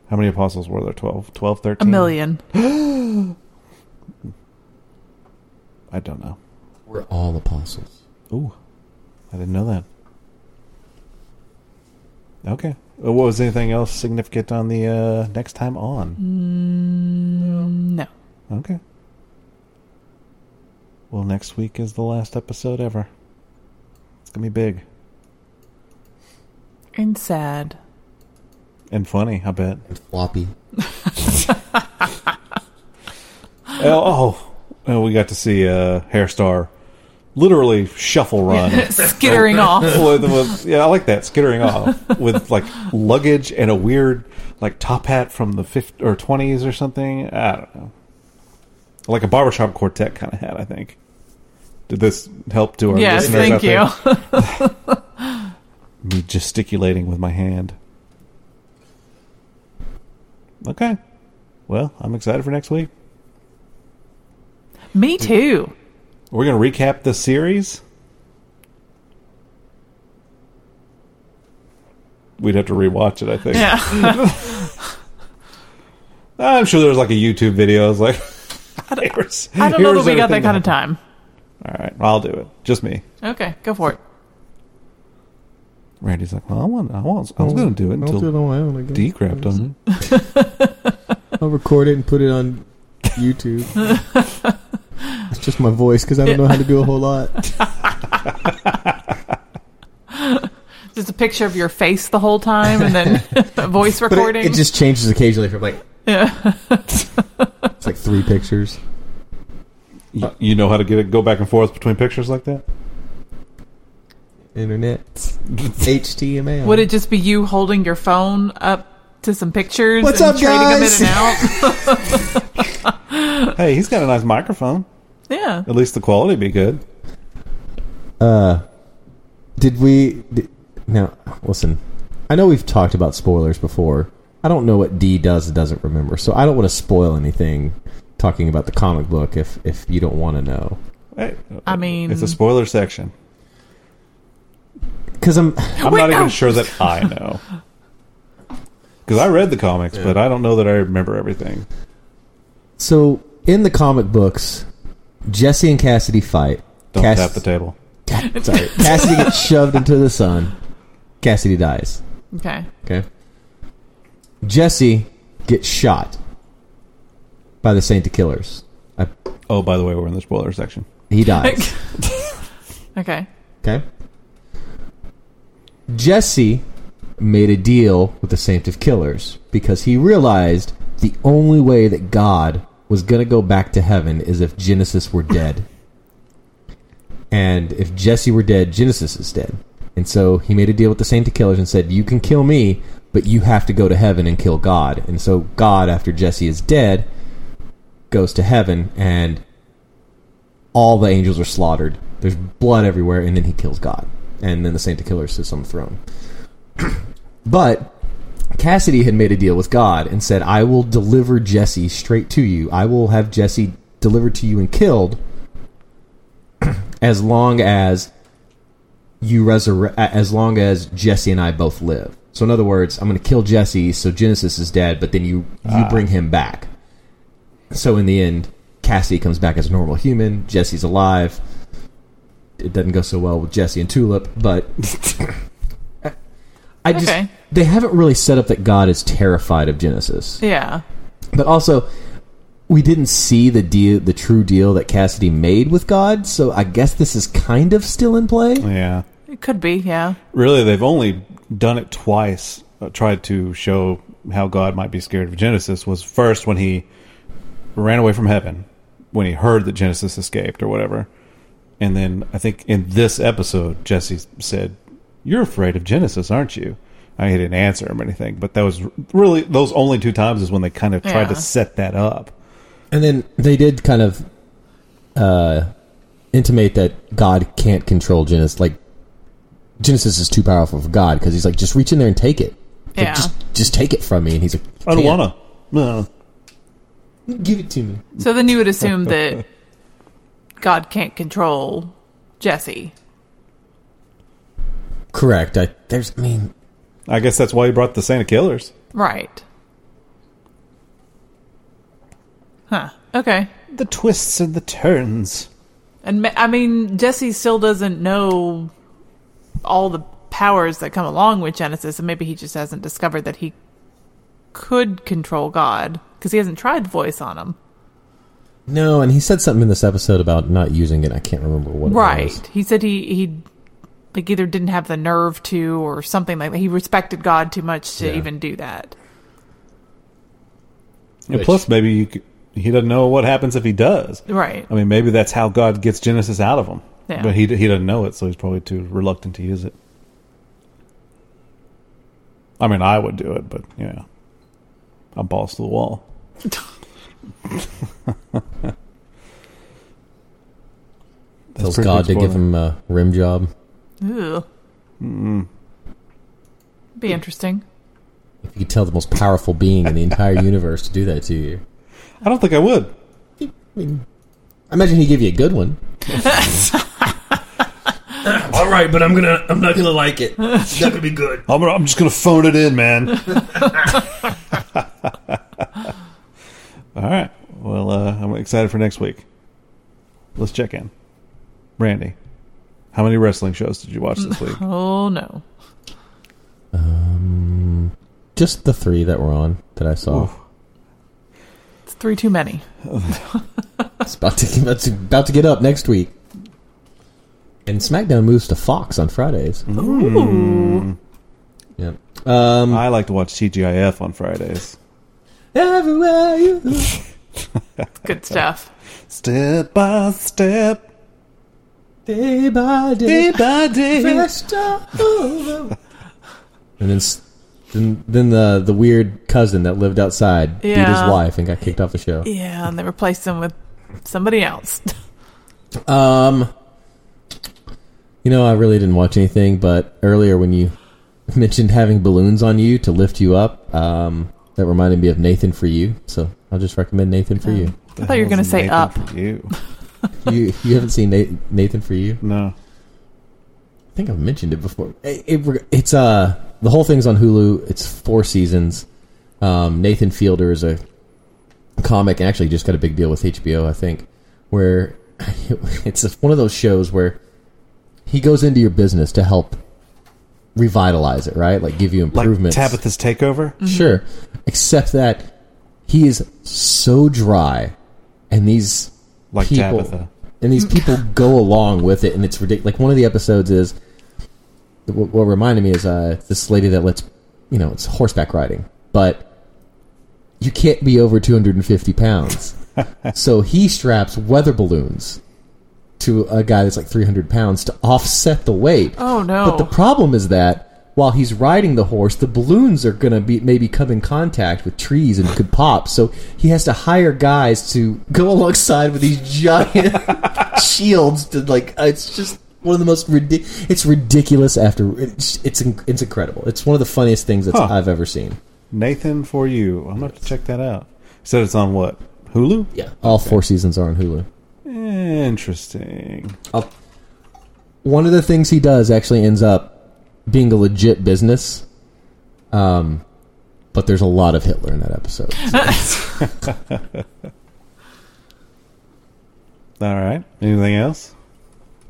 How many apostles were there? 12, 12 A 13? million. I don't know. We're all apostles. Ooh, I didn't know that. Okay. Uh, What was anything else significant on the uh, next time on? Mm, No. Okay. Well, next week is the last episode ever. It's gonna be big And sad. and funny. I bet. Floppy. Oh, oh, and we got to see uh, Hairstar literally shuffle run. Skittering off. with, with- yeah, I like that skittering off with like luggage and a weird like top hat from the 50 or 20s or something. I don't know, like a barbershop quartet kind of hat. I think. Did this help to our Yes, listeners? out thank you. there? Me gesticulating with my hand. Okay. Well, I'm excited for next week. Me too. We're gonna recap the series. We'd have to rewatch it, I think. Uh, Yeah. I'm sure there's like a YouTube video. I was like, here's- I don't know here's that we got that everything kind of time. All right, I'll do it. Just me. Okay, go for it. Randy's like, well, I want, I was, I was going to do it until on my own. Again. D grabbed on it. I'll record it and put it on YouTube. it's just my voice because I don't know how to do a whole lot. Just a picture of your face the whole time and then voice But it, recording. it just changes occasionally from like yeah. it's like three pictures. You, you know how to get it, go back and forth between pictures like that? Internet, HTML. Would it just be you holding your phone up to some pictures What's and up, trading guys? them in and out? Hey, he's got a nice microphone. yeah. At least the quality be good. Uh, did we? Did, now, listen. I know we've talked about spoilers before. I don't know what D does and doesn't remember, so I don't want to spoil anything. Talking about the comic book, if if you don't want to know, Hey, uh, I mean, it's a spoiler section. because I'm I'm Wait, not no. even sure that I know. Because I read the comics, but I don't know that I remember everything. so in the comic books. Jesse and Cassidy fight. Don't Cass- tap the table. Sorry. Cassidy gets shoved into the sun. Cassidy dies. okay. Okay. Jesse gets shot by the Saint Killers. I, Oh, by the way, we're in the spoiler section. he dies. okay. Okay. Jesse made a deal with the Saint of Killers because he realized the only way that God was going to go back to heaven is if Genesis were dead. and if Jesse were dead, Genesis is dead. And so he made a deal with the Saint of Killers and said, You can kill me, but you have to go to heaven and kill God. And so God, after Jesse is dead, goes to heaven and all the angels are slaughtered. There's blood everywhere, and then he kills God. And then the Saint Killer sits on the throne. but Cassidy had made a deal with God and said, I will deliver Jesse straight to you. I will have Jesse delivered to you and killed as long as you resurrect as long as Jesse and I both live. So in other words, I'm going to kill Jesse so Genesis is dead, but then you you bring him back. So in the end, Cassidy comes back as a normal human. Jesse's alive. it doesn't go so well with Jesse and Tulip, but I just Okay. they haven't really set up that God is terrified of Genesis. Yeah. But also we didn't see the deal the true deal that Cassidy made with God, so I guess this is kind of still in play. Yeah. It could be, yeah. Really, they've only done it twice. Uh, tried to show how God might be scared of Genesis was first when he ran away from heaven when he heard that Genesis escaped or whatever, and then I think in this episode Jesse said, "You're afraid of Genesis, aren't you?" I didn't answer him or anything, but that was really those only two times is when they kind of tried Yeah. to set that up. And then they did kind of uh, intimate that God can't control Genesis. Like Genesis is too powerful for God because he's like, just reach in there and take it. Like, Yeah. just just take it from me. And he's like, I don't "Can't. wanna. uh, No. give it to me. So then you would assume that God can't control Jesse. Correct. I there's. I mean, I guess that's why he brought the Santa Killers. Right. Huh. Okay. The twists and the turns. And ma- I mean, Jesse still doesn't know all the powers that come along with Genesis, and maybe he just hasn't discovered that he could control God because he hasn't tried voice on him. no. And he said something in this episode about not using it. I can't remember what. It was. Right. He said he he like either didn't have the nerve to or something like that. He respected God too much to Yeah. even do that. And Which- plus, maybe you c he doesn't know what happens if he does. Right. I mean, maybe that's how God gets Genesis out of him. Yeah. But he he doesn't know it, so he's probably too reluctant to use it. I mean, I would do it, but you know, I'm balls to the wall. That's Tells pretty God to big give spoiler. him a rim job Ugh. Be interesting. if you could tell the most powerful being in the entire universe to do that to you. I don't think I would. I imagine he'd give you a good one. All right, but I'm gonna. I'm not gonna like it. It's not gonna be good. I'm gonna, I'm just gonna phone it in, man. All right. Well, uh, I'm excited for next week. Let's check in. Randy, how many wrestling shows did you watch this week? Oh no. Just the three that were on that I saw. Oof. It's three too many. It's about to about to, about to get up next week. And SmackDown moves to Fox on Fridays. Yep. Um, I like to watch TGIF on Fridays. everywhere you look. Good stuff. Step by step, day by day day, by day. fast over. And then, s- then, then the the weird cousin that lived outside beat his Yeah. wife and got kicked off the show. Yeah, and they replaced him with somebody else. Um, you know, I really didn't watch anything, but earlier when you mentioned having balloons on you to lift you up, um, that reminded me of Nathan for you. So I'll just recommend Nathan for you. I thought you were going to say Nathan up. for You. You you haven't seen Nathan, Nathan for you? No. I think I've mentioned it before. It, it- it's uh the whole thing's on Hulu. It's four seasons. Um, Nathan Fielder is a comic, and actually just got a big deal with HBO, I think, where it's one of those shows where he goes into your business to help revitalize it, right? Like give you Like improvements. Tabitha's Takeover? Mm. Sure. Except that he is so dry, and these Like people, Tabitha. and these people go along with it, and it's ridiculous. Like one of the episodes is what, what reminded me is uh, this lady that lets you know it's horseback riding, but you can't be over 250 pounds. so he straps weather balloons to a guy that's like 300 pounds to offset the weight. Oh, no. But the problem is that while he's riding the horse, the balloons are going to be maybe come in contact with trees and could pop. So he has to hire guys to go alongside with these giant shields to like uh, it's just one of the most ridiculous it's ridiculous after it's it's, in- it's incredible. It's one of the funniest things that Huh. I've ever seen. Nathan for You. I'm going to have to check that out. Said it's on what? Hulu? Yeah. All four seasons are on Hulu. Interesting. one of the things he does actually ends up being a legit business. Um, but there's a lot of Hitler in that episode. All right. Anything else?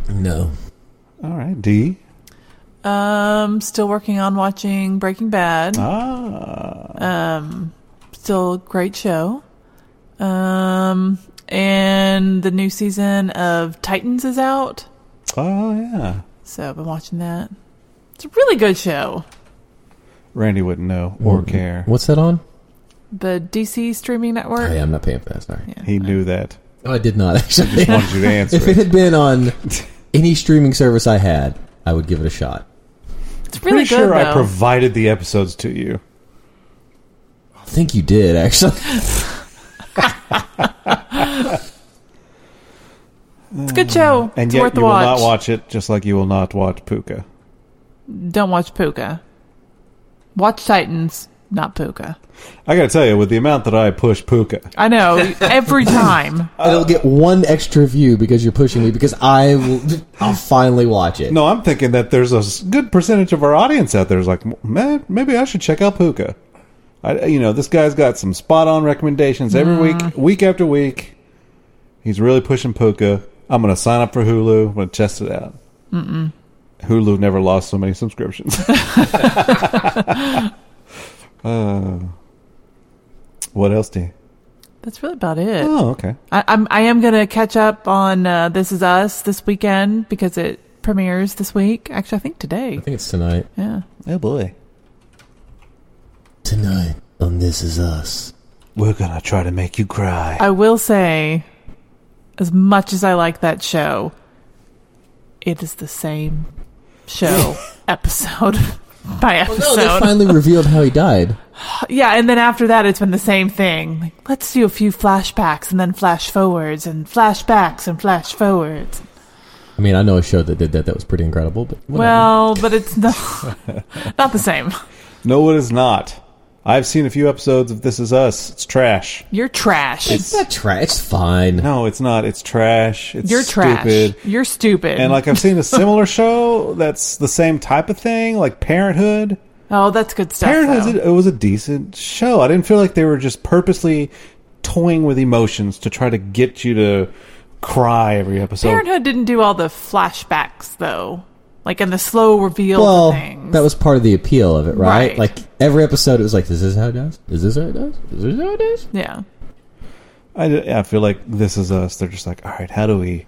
No. All right, D. Um, still working on watching Breaking Bad. Uh. Ah, Still a great show. Um, and the new season of Titans is out, oh yeah. so I've been watching that. It's a really good show. Randy wouldn't know or care. What's that on? The DC streaming network. Oh, yeah, I'm not paying for that. Sorry. He knew that. Oh, I did not actually. Wanted you to answer if it it. had been on any streaming service I had, I would give it a shot. It's really Pretty good sure though. I provided the episodes to you. I think you did actually. it's a good show. Mm-hmm. And it's yet worth the you will watch. not watch it, just like you will not watch Puka. Don't watch Puka. Watch Titans, not Puka. I gotta tell you, with the amount that I push Puka, I know every time. Uh, It'll get one extra view because you're pushing me because I will. I'll finally watch it. no, I'm thinking that there's a s- good percentage of our audience out there is like, man, maybe I should check out Puka. I, you know, this guy's got some spot on recommendations every week, week after week. He's really pushing Puka. I'm gonna sign up for Hulu. I'm gonna test it out. Mm-mm. Hulu never lost so many subscriptions. uh, what else do you? That's really about it. Oh, okay. I, I'm I am gonna catch up on uh, This Is Us this weekend because it premieres this week. Actually, I think today. I think it's tonight. Yeah, Oh boy. Tonight on This Is Us. We're gonna try to make you cry. I will say, as much as I like that show, it is the same show episode by No, episode. they finally revealed how he died. yeah, and then after that, it's been the same thing. Like, let's do a few flashbacks and then flash forwards and flashbacks and flash forwards. I mean, I know a show that did that that was pretty incredible, but whatever. Well, but it's not not the same. No, it is not. I've seen a few episodes of This Is Us. It's trash. You're trash. it's not trash. It's fine. No, it's not. It's trash. It's You're trash. stupid. You're stupid. And like I've seen a similar show that's the same type of thing, like Parenthood. oh, that's good stuff. Parenthood, though. it was a decent show. I didn't feel like they were just purposely toying with emotions to try to get you to cry every episode. Parenthood didn't do all the flashbacks though, like and the slow reveals well, and things. that was part of the appeal of it, right? Right. Like every episode, it was like, "Is this how it does? Is this how it does? Is this how it does?" yeah. I, I feel like This Is Us. They're just like, all right, how do we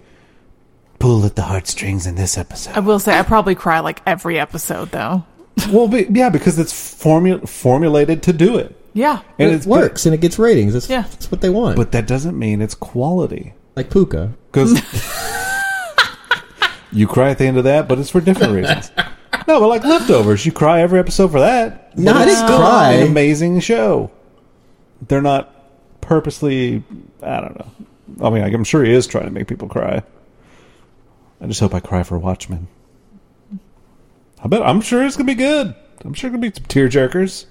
pull at the heartstrings in this episode? I will say I probably cry like every episode though. Well, be, yeah, because it's formula, formulated to do it, Yeah. and it it's works and it gets ratings. That's, Yeah. that's what they want. But, but that doesn't mean it's quality, like Puka. because you cry at the end of that, but it's for different reasons. No, but like leftovers, you cry every episode for that. but Not it's still cry. an amazing show. They're not purposely. I don't know. I mean, I'm sure he is trying to make people cry. I just hope I cry for Watchmen. I bet I'm sure it's gonna be good. I'm sure gonna be some tear jerkers.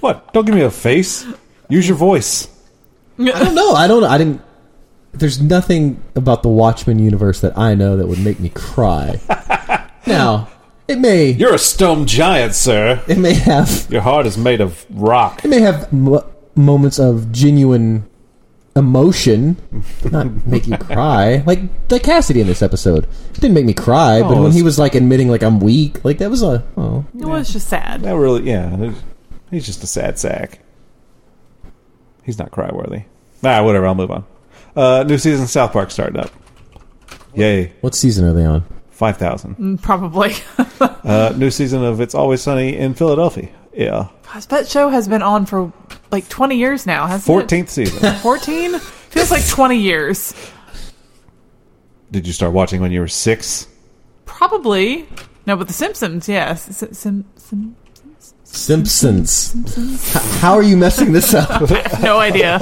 what? Don't give me a face. Use your voice. I don't know. I don't. I didn't. There's nothing about the Watchmen universe that I know that would make me cry. now, it may. You're a stone giant, sir. it may have. Your heart is made of rock. It may have mo- moments of genuine emotion, but not make you cry. Like the Cassidy in this episode it didn't make me cry, Oh, but when it's- he was like admitting like I'm weak, like that was a oh. It was just sad. That really, yeah. He's just a sad sack. He's not cry worthy. Ah, whatever. I'll move on. Uh, new season of South Park starting up. Yay, What season are they on? five Mm. thousand. Probably. Uh, new season of It's Always Sunny in Philadelphia. Yeah, Gosh, that show has been on for like 20 years now, hasn't it? fourteenth season. 14? Feels like 20 years. Did you start watching when you were six? Probably. No, but The Simpsons, yes. Sim- Sim- Sim- Simpsons. H- how are you messing this up? No idea.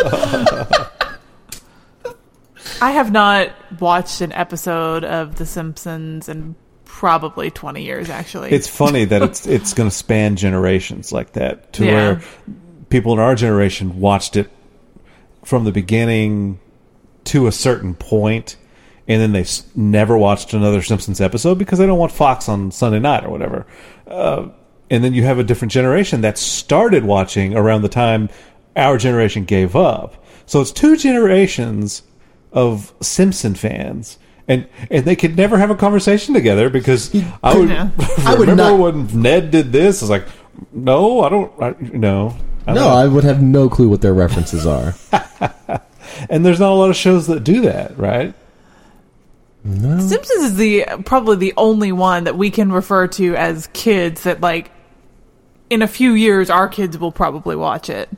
I have not watched an episode of The Simpsons in probably 20 years, actually. It's funny that it's it's going to span generations like that to Yeah. where people in our generation watched it from the beginning to a certain point and then they s- never watched another Simpsons episode because they don't want Fox on Sunday night or whatever. Uh, and then you have a different generation that started watching around the time our generation gave up. So it's two generations of Simpson fans. And, and they could never have a conversation together because I would Yeah. I would remember not- when Ned did this. It's like, no, I don't. I, you know, I No, don't- I would have no clue what their references are. and there's not a lot of shows that do that, right? Simpsons is the probably the only one that we can refer to as kids that like in a few years our kids will probably watch it.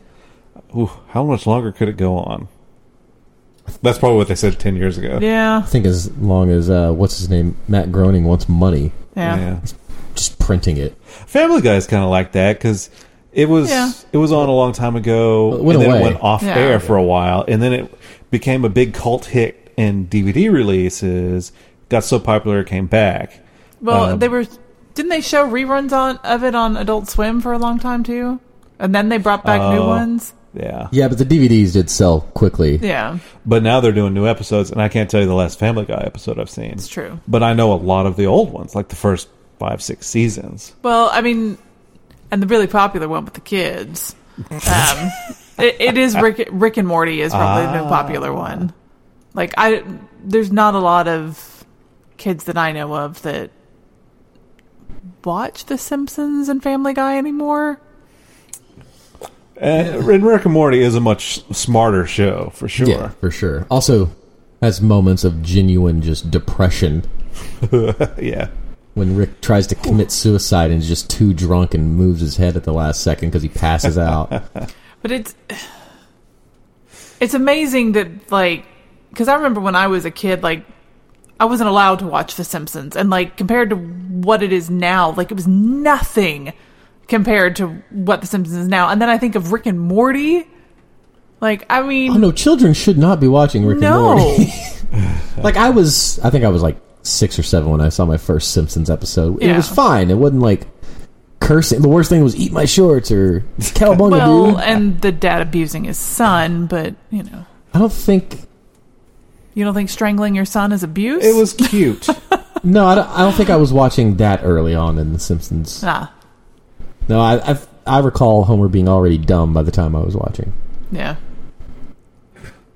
Ooh, how much longer could it go on? That's probably what they said ten years ago. Yeah. I think as long as uh, what's his name, Matt Groening wants money, Yeah. just printing it. Family Guy's kind of like that because it was Yeah. it was on a long time ago, It went and then away. it went off Yeah. air for a while, and then it became a big cult hit in DVD releases. Got so popular, it came back. Well, Um, they were didn't they show reruns on of it on Adult Swim for a long time too? And then they brought back new Oh. ones. Yeah. Yeah, but the DVDs did sell quickly. Yeah. but now they're doing new episodes, and I can't tell you the last Family Guy episode I've seen. It's true. but I know a lot of the old ones, like the first five, six seasons. Well, I mean, and the really popular one with the kids. Um, it, it is Rick, Rick and Morty is probably the popular one. Like I, there's not a lot of kids that I know of that watch The Simpsons and Family Guy anymore. And, and Rick and Morty is a much smarter show for sure. Yeah, for sure. Also, has moments of genuine just depression yeah. when Rick tries to commit suicide and is just too drunk and moves his head at the last second because he passes out. But it's it's amazing that like because I remember when I was a kid, like I wasn't allowed to watch The Simpsons, and like compared to what it is now, like it was nothing compared to what The Simpsons is now. And then I think of Rick and Morty, like I mean, oh no, children should not be watching Rick and no, Morty. like I was, I think I was like six or seven when I saw my first Simpsons episode. It Yeah. was fine. It wasn't like cursing. The worst thing was eat my shorts or cowabunga, well, dude. and the dad abusing his son, but you know, I don't think. you don't think strangling your son is abuse? It was cute. No, I don't, I don't think I was watching that early on in The Simpsons. ah, No, I i I recall Homer being already dumb by the time I was watching. yeah,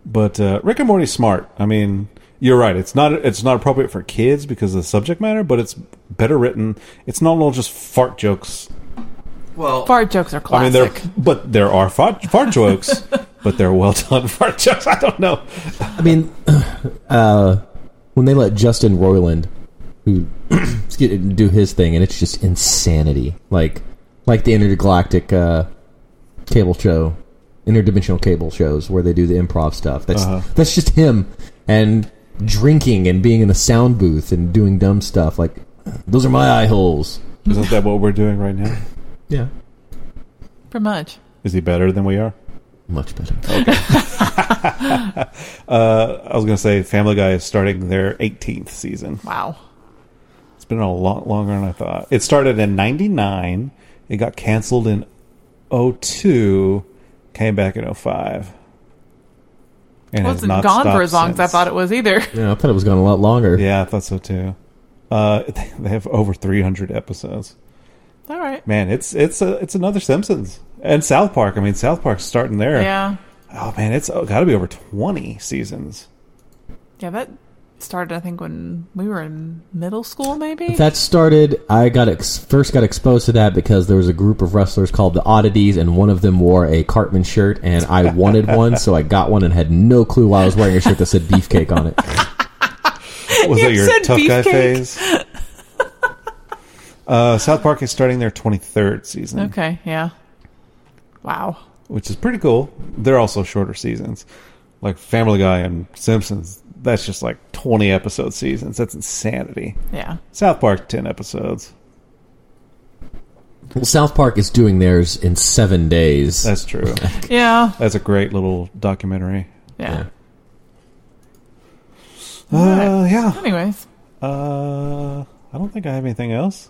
But uh, Rick and Morty's smart. I mean, you're right. It's not it's not appropriate for kids because of the subject matter, but it's better written. It's not all just fart jokes. Well, fart jokes are I mean, classic. there but there are fart, fart jokes, but they're well done fart jokes. I don't know. I mean, uh, when they let Justin Roiland, who excuse- do his thing, and it's just insanity, like like the intergalactic uh, cable show, interdimensional cable shows where they do the improv stuff. That's that's just him and drinking and being in a sound booth and doing dumb stuff. Like those are my eye holes. Isn't that what we're doing right now? Yeah, pretty much. Is he better than we are? much better. I was going to say Family Guy is starting their 18th season. Wow. It's been a lot longer than I thought. It started in 99. It got canceled in 02. Came back in 05. And has wasn't not gone stopped for as long as I since. thought it was either. Yeah, I thought it was going a lot longer. Yeah, I thought so too. Uh, they- they have over 300 episodes. All right. Man, it's it's a, it's another Simpsons and South Park. I mean, South Park's starting there. Yeah. Oh man, it's got to be over 20 seasons. Yeah, that started I think when we were in middle school maybe. That started. I got ex- first got exposed to that because there was a group of wrestlers called the Oddities, and one of them wore a Cartman shirt, and I wanted one, so I got one and had no clue why I was wearing a shirt that said Beefcake on it. Was You that your said tough guy beefcake. phase? uh, South Park is starting their 23rd season, okay, yeah. Wow. which is pretty cool. They're also shorter seasons, like Family Guy and Simpsons. That's just like 20 episode seasons. That's insanity. Yeah. South Park 10 episodes. Well, South Park is doing theirs in seven days. That's true. Yeah. That's a great little documentary. Yeah. Uh, yeah. Anyways, Uh, I don't think I have anything else.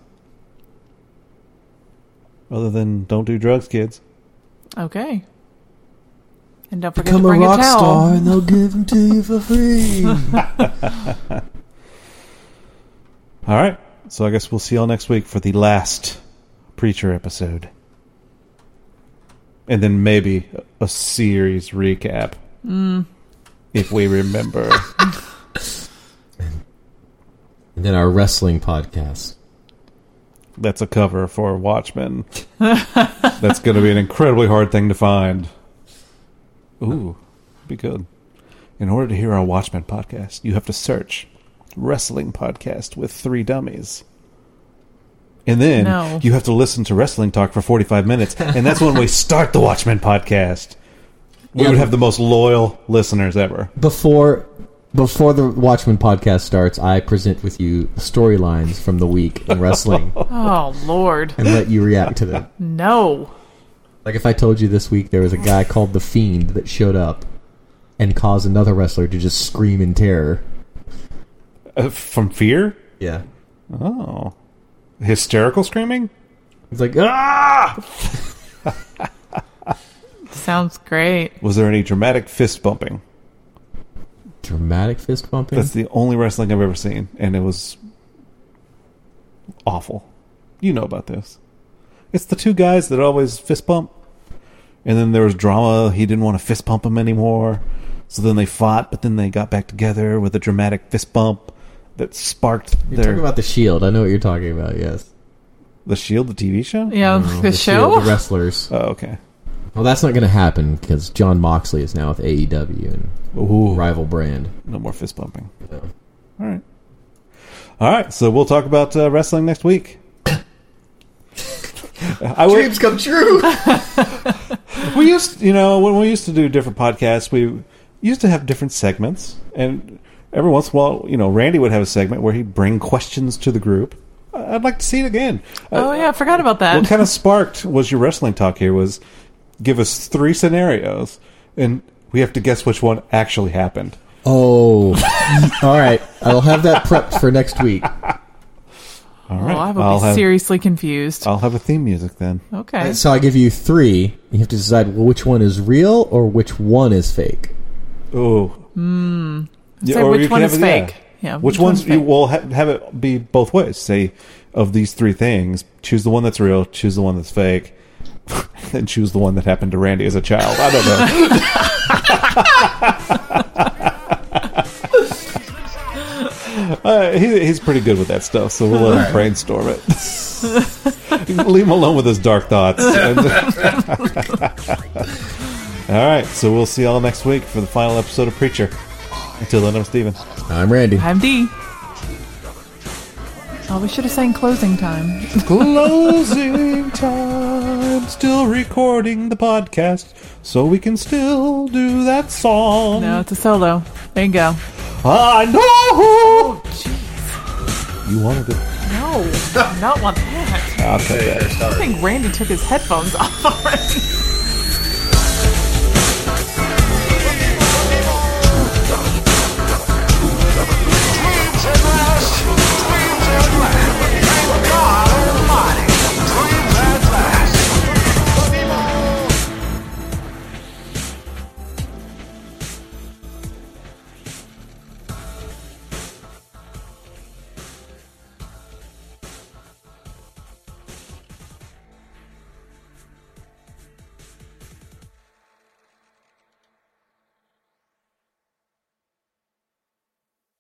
Other than don't do drugs, kids. okay. And don't forget to bring a, towel. and they'll give them to you for free. All right. So I guess we'll see y'all next week for the last Preacher episode. And then maybe a series recap. if we remember. And then our wrestling podcast. That's a cover for Watchmen. That's going to be an incredibly hard thing to find. Ooh, be good. In order to hear our Watchmen podcast, you have to search Wrestling Podcast with Three Dummies. And then No. you have to listen to wrestling talk for 45 minutes. And that's when we start the Watchmen podcast. We Yeah, would but- have the most loyal listeners ever. Before before the Watchmen podcast starts, I present with you storylines from the week in wrestling Oh Lord, and let you react to them. no! Like if I told you this week there was a guy called the Fiend that showed up and caused another wrestler to just scream in terror. Uh, from fear? Yeah. Oh. Hysterical screaming? It's like ah Sounds great. Was there any dramatic fist bumping? dramatic fist bumping. That's the only wrestling I've ever seen, and it was awful. You know about this. It's the two guys that always fist bump, and then there was drama. He didn't want to fist bump him anymore, so then they fought, but then they got back together with a dramatic fist bump that sparked you're their talking about the Shield. I know what you're talking about. Yes. the Shield, the TV show. Yeah, Mm, like the, show. Shield, the wrestlers. Oh, okay. Well, that's not going to happen because John Moxley is now with AEW and Ooh, rival brand. no more fist bumping. Yeah. All right, all right. So we'll talk about uh, wrestling next week. I would- come true. we used you know when we used to do different podcasts we used to have different segments and every once in a while you know randy would have a segment where he'd bring questions to the group I- i'd like to see it again oh Uh, yeah, I forgot about that. Uh-huh. what kind of sparked was your wrestling talk here was give us three scenarios and we have to guess which one actually happened Oh, all right. I'll have that prepped for next week. all well, Oh, I would I'll be have, seriously confused. I'll have a theme music then okay. So I give you three. You have to decide which one is real or which one is fake. oh Yeah, Hmm. So or which you can one have is it- yeah. fake? Yeah. Which, ones, fake? you will ha- have it be both ways? Say, of these three things, choose the one that's real, choose the one that's fake, and choose the one that happened to Randy as a child. I don't know. Uh, he, he's pretty good with that stuff, so we'll let him brainstorm it. Leave him alone with his dark thoughts. all right, so we'll see y'all next week for the final episode of Preacher. Until then, I'm Steven. I'm Randy. I'm D. Oh, we should have sang closing time. Closing time. Still recording the podcast, so we can still do that song. No, it's a solo. There you go. I know. You wanted it. No, I do not want that. I'll cut that. I think Randy took his headphones off already.